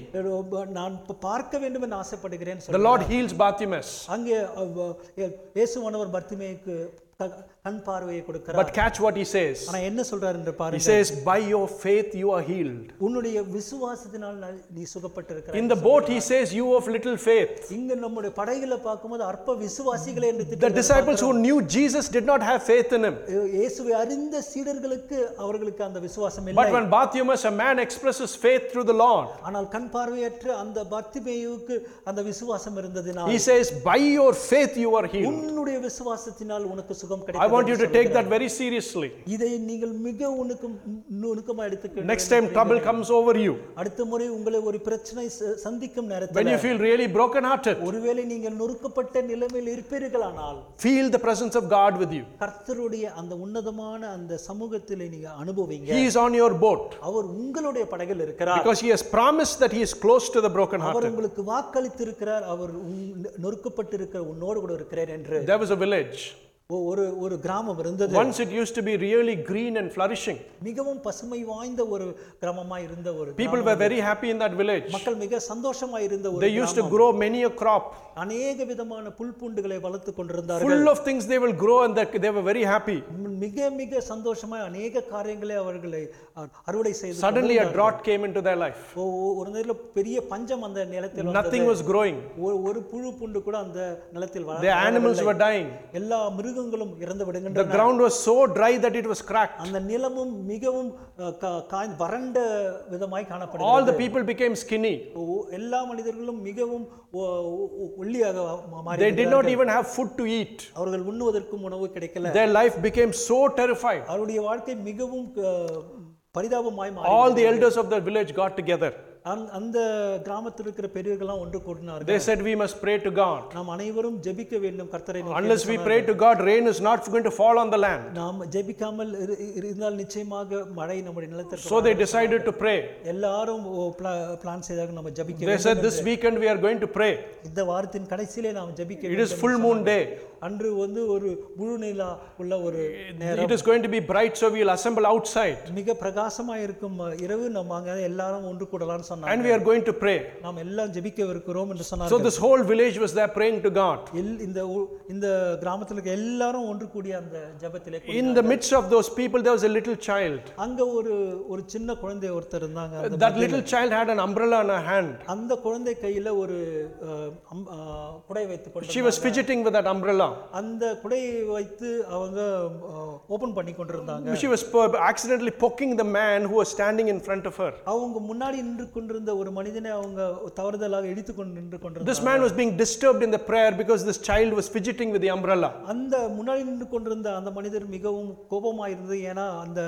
Speaker 2: நான் பார்க்க வேண்டும் என்று ஆசைப்படுகிறேன்
Speaker 1: The Lord heals Bartimaeus.
Speaker 2: அங்கே அவ்- எ- இயேசுவானவர் பர்த்திமேயுக்கு க- கண் பார்வையை கொடுக்கிறார்
Speaker 1: But catch what he says.
Speaker 2: ஆனா என்ன சொல்றார் என்று
Speaker 1: He
Speaker 2: பாருங்க
Speaker 1: says, By your faith you are healed.
Speaker 2: உன்னுடைய விசுவாசத்தினால் நான் நீ சுகப்பட்டிருக்கிறாய்
Speaker 1: In the boat, he says, You of little faith.
Speaker 2: இங்க நம்முடைய படைகளை பார்க்கும்போது அற்ப விசுவாசிகளை என்று
Speaker 1: The
Speaker 2: திட்டுகிறது.
Speaker 1: disciples who knew Jesus did not have faith in him.
Speaker 2: இயேசுவை அறிந்த சீடர்களுக்கு அவர்களுக்கு அந்த விசுவாசம் இல்லை
Speaker 1: But when Bartimaeus, a man, expresses faith through the Lord,
Speaker 2: ஆனால் கண் பார்வையற்ற அந்த பர்த்திமேயுவுக்கு அந்த விசுவாசம் இருந்ததினால்
Speaker 1: he says, By your faith you are healed.
Speaker 2: உன்னுடைய விசுவாசத்தினால் உனக்கு சுகம்
Speaker 1: I
Speaker 2: கிடைக்கும்
Speaker 1: want you to take that very seriously.
Speaker 2: இதை நீங்கள் மிக உனக்கும் நுணுக்கமா எடுத்துக்க
Speaker 1: Next time trouble comes over you,
Speaker 2: அடுத்த முறை உங்களை ஒரு பிரச்சனை ச- சந்திக்கும் நேரத்தில்
Speaker 1: when you feel really brokenhearted,
Speaker 2: ஒருவேளை நீங்கள் நொறுக்கப்பட்ட நிலைமையில் இருப்பீர்களானால்
Speaker 1: feel the presence of God with you.
Speaker 2: கர்த்தருடைய அந்த உன்னதமான அந்த சமூகத்திலே நீங்க அனுபவிங்க
Speaker 1: He is on your boat
Speaker 2: அவர் உங்களுடைய படகில் இருக்கிறார்
Speaker 1: because he has promised that he is close to the brokenhearted.
Speaker 2: அவர் உங்களுக்கு வாக்களித்திருக்கிறார் அவர் உன் நொறுக்கப்பட்டிருக்கிற உன்னோடு கூட இருக்கிறேன் என்று
Speaker 1: There was a village.
Speaker 2: ஒ- ஒரு ஒரு கிராமம் இருந்தது
Speaker 1: Once it used to be really green and flourishing.
Speaker 2: மிகவும் பசுமை வாய்ந்த ஒரு கிராமமா இருந்த ஒரு கிராமம்.
Speaker 1: People were very happy in that village.
Speaker 2: மக்கள் மிக சந்தோஷமா இருந்த ஒரு
Speaker 1: They used to grow many a crop.
Speaker 2: அநேக விதமான புல்பூண்டுகளை வளர்த்து கொண்டிருந்தார்கள்
Speaker 1: Full of things they will grow and that- they were very happy.
Speaker 2: மிக மிக சந்தோஷமா அநேக காரியங்களை அவர்களை அ- அறுவடை செய்து
Speaker 1: Suddenly a drought came into their life.
Speaker 2: கொண்டு- ஒ- ஒ- ஒரு நேரில் பெரிய பஞ்சம் அந்த நிலத்தில் வந்தது.
Speaker 1: Nothing was growing.
Speaker 2: ஒ- ஒரு புழு பூண்டு கூட அந்த நிலத்தில் வளர-
Speaker 1: Their animals were dying.
Speaker 2: எல்லா மிருகங்களும் இறந்து
Speaker 1: The
Speaker 2: விடுகின்றன
Speaker 1: ground was so dry that it was cracked.
Speaker 2: அந்த நிலமும் மிகவும் அஹ், கா- காய்ந்து வறண்ட விதமாய் காணப்படுகிறது
Speaker 1: All the people became skinny.
Speaker 2: ஒ- எல்லா மனிதர்களும் மிகவும் ஒ- ஒ- ஒல்லியாக மா-
Speaker 1: They
Speaker 2: மாறி
Speaker 1: did not even have food to eat.
Speaker 2: அவர்கள் உண்ணுவதற்கும் உணவு கிடைக்கல
Speaker 1: Their life became so terrified.
Speaker 2: அவருடைய வாழ்க்கை மிகவும் அஹ், பரிதாபமாய் மாறி
Speaker 1: All the elders of the village got together.
Speaker 2: அந்த- அந்த கிராமத்தில் இருக்கிற பெரியவர்கள்லாம் ஒன்று கூடினார்கள்
Speaker 1: They said, We must pray to God.
Speaker 2: நாம் அனைவரும் ஜெபிக்க வேண்டும் கர்த்தரை நோக்கி.
Speaker 1: Unless we pray to God, rain is not going to fall on the land.
Speaker 2: நாம் ஜெபிக்காமல் இரு- இரு- இருந்தால் நிச்சயமாக மழை நம்முடைய நிலத்திற்கு
Speaker 1: So they decided to pray.
Speaker 2: எல்லாரும் பிளான் செய்தாக நம்ம ஜெபிக்க
Speaker 1: They said, This weekend we are going to pray.
Speaker 2: வேண்டும். இந்த வாரத்தின் கடைசியிலே நாம் ஜெபிக்க
Speaker 1: It
Speaker 2: வேண்டும்
Speaker 1: is full moon day.
Speaker 2: அன்று வந்து ஒரு முழு நிலா உள்ள ஒரு
Speaker 1: It is going to be bright, so we'll assemble outside.
Speaker 2: மிக பிரகாசமா இருக்கும் இரவு நம்ம அங்க எல்லாரும் ஒன்று கூடலாம்னு சொன்னாங்க
Speaker 1: And we are going to pray.
Speaker 2: நாம் எல்லாம் ஜெபிக்கவிருக்கிறோம் என்று சொன்னாங்க
Speaker 1: So this whole village was there praying to God.
Speaker 2: எல்- இந்த ஊ- இந்த கிராமத்தில் இருக்க எல்லாரும் ஒன்று கூடிய அந்த ஜெபத்திலே கூடி-
Speaker 1: In the midst of those people, there was a little child. Uh,
Speaker 2: அங்க ஒரு ஒரு சின்ன குழந்தை ஒருத்தர் இருந்தாங்க அந்த-
Speaker 1: That little child had an umbrella in her hand.
Speaker 2: அந்த குழந்தை கையில ஒரு அஹ், அம்- அஹ், குடை வைத்து கொண்டு
Speaker 1: She was fidgeting with that umbrella.
Speaker 2: அந்த குடையை வைத்து அவங்க ஓபன் பண்ணி கொண்டிருந்தாங்க
Speaker 1: She was po- accidentally poking the man who was standing in front of her.
Speaker 2: அவங்க முன்னாடி நின்று கொண்டிருந்த ஒரு மனிதனை அவங்க தவறுதலாக இடித்து கொண்டு நின்று கொண்டிருந்தாங்க
Speaker 1: This man was being disturbed in the prayer because this child was fidgeting with the umbrella.
Speaker 2: அந்த முன்னாடி நின்று கொண்டிருந்த அந்த மனிதர் மிகவும் கோபமாக இருந்தது ஏன்னா அந்த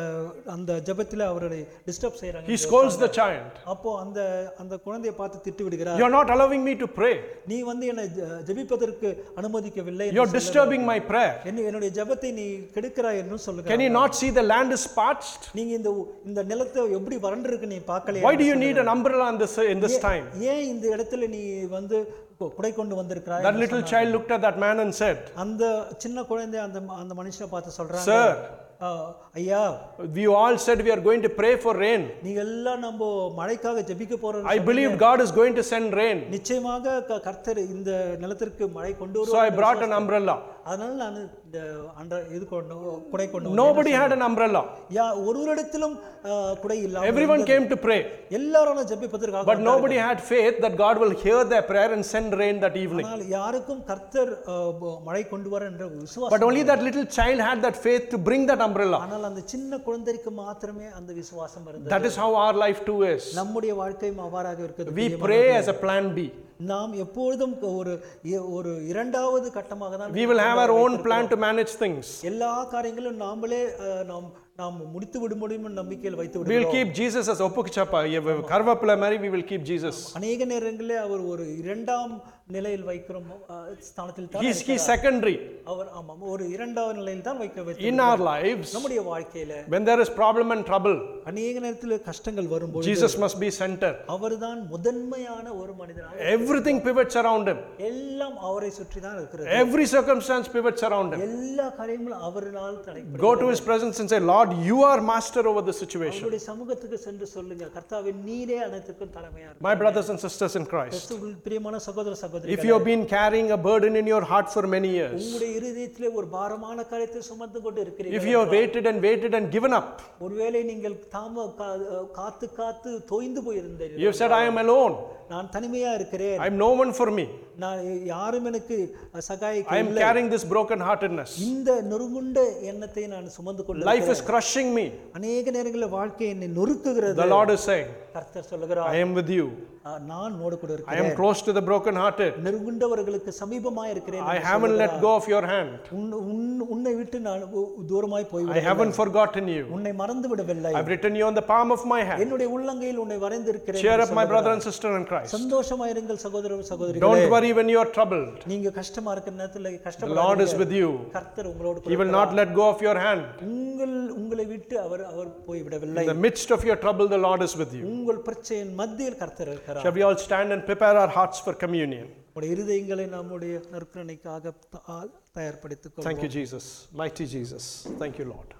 Speaker 2: அந்த ஜெபத்துல அவரை டிஸ்டர்ப் செய்றாங்க
Speaker 1: He scolds the child.
Speaker 2: அப்போ அந்த அந்த குழந்தையை பார்த்து திட்டு விடுகிறார்
Speaker 1: You're not allowing me to pray.
Speaker 2: நீ வந்து என்னை ஜெ- ஜெபிப்பதற்கு அனுமதிக்கவில்லை
Speaker 1: You're disturbing my prayer.
Speaker 2: என்ன என்னுடைய ஜெபத்தை நீ கெடுக்கிறாய் என்று சொல்லுங்க
Speaker 1: Can you not see the land is parched?
Speaker 2: நீங்க இந்த உ- இந்த நிலத்தை எப்படி வறண்டிருக்கு நீ பார்க்கலையா
Speaker 1: Why do you need an umbrella in this, in this time?
Speaker 2: ஏன் இந்த இடத்துல நீ வந்து கு- குடை கொண்டு வந்திருக்கிறாய்
Speaker 1: That little child looked at that man and said,
Speaker 2: அந்த சின்ன குழந்தை அந்த ம- அந்த மனுஷனை பார்த்து சொல்றாங்க
Speaker 1: Sir,
Speaker 2: "ஆ, ஐயா
Speaker 1: we all said we are going to pray for rain.
Speaker 2: நீங்க எல்லாம் நம்ம மழைக்காக ஜெபிக்க போறோம்
Speaker 1: I believe God is going to send rain.
Speaker 2: நிச்சயமாக க- கர்த்தர் இந்த நிலத்திற்கு மழை கொண்டு
Speaker 1: So
Speaker 2: வருவார்
Speaker 1: I brought an umbrella.
Speaker 2: அதனால நான் இந்த அன்ற இது கொண்டு குடை கொண்டு வந்தேன்."
Speaker 1: Nobody had an umbrella.
Speaker 2: யா ஒருவரிடத்திலும் ஆ, குடை இல்லாம
Speaker 1: Everyone came to pray.
Speaker 2: எல்லாரும் ஜெபிப்பதற்காக
Speaker 1: But
Speaker 2: வந்தார்கள்.
Speaker 1: nobody had faith that God will hear their prayer and send rain that evening.
Speaker 2: ஆனால் யாருக்கும் கர்த்தர் ஆ, ப- மழை கொண்டு வர என்ற ஒரு விசுவாசம்
Speaker 1: But only that little child had that faith to bring that umbrella.
Speaker 2: ஆனால் அந்த சின்ன குழந்தைக்கு மாத்திரமே அந்த விசுவாசம் இருந்தது
Speaker 1: That is how our life too is.
Speaker 2: நம்முடைய வாழ்க்கையும் அவ்வாறாக இருக்கிறது
Speaker 1: We pray as a plan B.
Speaker 2: நாம் எப்பொழுதும் ஒரு இ- ஒரு இரண்டாவது கட்டமாக தான்
Speaker 1: We will have our own plan to manage things.
Speaker 2: எல்லா காரியங்களும் நாமளே அஹ், நாம் நாம் முடித்து விட முடியும் என்ற நம்பிக்கையில் வைத்து
Speaker 1: We
Speaker 2: விடுவோம்
Speaker 1: will keep Jesus as Opukchapa, Karvapula Mary, we will keep Jesus.
Speaker 2: அநேக நேரங்களே அவர் ஒரு இரண்டாம் நிலையில் வைக்கிறோம் அஹ், ஸ்தானத்தில் தான்
Speaker 1: He's, he's secondary
Speaker 2: அவர் ஆமாம் ஒரு இரண்டாவது நிலையில் தான் வைக்க வைத்து
Speaker 1: in our lives.
Speaker 2: நம்முடைய வாழ்க்கையில
Speaker 1: When there is problem and trouble,
Speaker 2: அநேக நேரத்தில் கஷ்டங்கள் வரும்போது
Speaker 1: Jesus must be center.
Speaker 2: அவர்தான் முதன்மையான ஒரு மனிதனாக
Speaker 1: Everything pivots around him.
Speaker 2: எல்லாம் அவரை சுற்றி தான் இருக்கிறது
Speaker 1: Every circumstance pivots around him.
Speaker 2: எல்லா காரியங்களும் அவரால் தடைப்படும்
Speaker 1: Go to his presence and say, Lord, you are master over the situation.
Speaker 2: உங்களுடைய சமூகத்துக்கு சென்று சொல்லுங்க கர்த்தாவே நீரே அனைத்துக்கும் தலைமையா இருக்கு
Speaker 1: My brothers and sisters in Christ,
Speaker 2: கிறிஸ்துவுக்குள் பிரியமான சகோதர சகோதரி
Speaker 1: if you have been carrying a burden in your heart for many years,
Speaker 2: உங்களுடைய இருதயத்திலே ஒரு பாரமான காரியத்தை சுமந்து கொண்டு
Speaker 1: if
Speaker 2: இருக்கிறீர்கள்
Speaker 1: you have waited and waited and given up,
Speaker 2: ஒருவேளை நீங்கள் தாம கா- காத்து காத்து தோய்ந்து போயிருந்தீர்கள்
Speaker 1: you have said, I am alone,
Speaker 2: நான் தனிமையா இருக்கிறேன்
Speaker 1: I am no one for me,
Speaker 2: நான் யாரும் எனக்கு
Speaker 1: I
Speaker 2: Sahaya
Speaker 1: am carrying this broken heartedness,
Speaker 2: இந்த நொறுங்குண்ட எண்ணத்தை நான் சுமந்து கொள்ள
Speaker 1: life is crushing me.
Speaker 2: அநேக நேரங்களில் வாழ்க்கை என்னை நொறுக்குகிறது
Speaker 1: The Lord is saying,
Speaker 2: கர்த்தர் சொல்லுகிறார்
Speaker 1: I am with you,
Speaker 2: "ஆ, நான் உன்னோடு கூட
Speaker 1: I
Speaker 2: இருக்கிறேன்
Speaker 1: am close to the broken hearted,
Speaker 2: நெருங்குண்டவர்களுக்கு சமீபமா இருக்கிறேன்
Speaker 1: I haven't let go of your hand,
Speaker 2: உன் உன்- உன்னை விட்டு நான் உ- தூரமாய் போய்
Speaker 1: I haven't forgotten you,
Speaker 2: உன்னை மறந்து விடவில்லை
Speaker 1: I have written you on the palm of my hand.
Speaker 2: என்னுடைய உள்ளங்கையில் உன்னை வரைந்திருக்கிறேன்
Speaker 1: Cheer up, my brother and sister in Christ.
Speaker 2: சந்தோஷமா இருங்கள் சகோதர சகோதரி
Speaker 1: Don't worry when you are troubled,
Speaker 2: நீங்க கஷ்டமா இருக்கிற நேரத்துல
Speaker 1: the
Speaker 2: கஷ்டப்பட
Speaker 1: Lord is with you,
Speaker 2: கர்த்தர் உங்களோடு
Speaker 1: He
Speaker 2: கூட
Speaker 1: will not let go of your hand.
Speaker 2: உங்கள் உங்களை விட்டு அவர் அவர் போய் விடவில்லை
Speaker 1: In the midst of your trouble, the Lord is with you.
Speaker 2: உங்கள் பிரச்சனையின் மத்தியில் கர்த்தர் இருக்கிறார்
Speaker 1: Shall we all stand and prepare our hearts for communion?
Speaker 2: நம்முடைய நம்முடைய இருதயங்களை நம்முடைய நற்கரணைக்காக தயார்படுத்திக் கொள்வோம்
Speaker 1: Thank you, Jesus. Mighty Jesus. Thank you, Lord.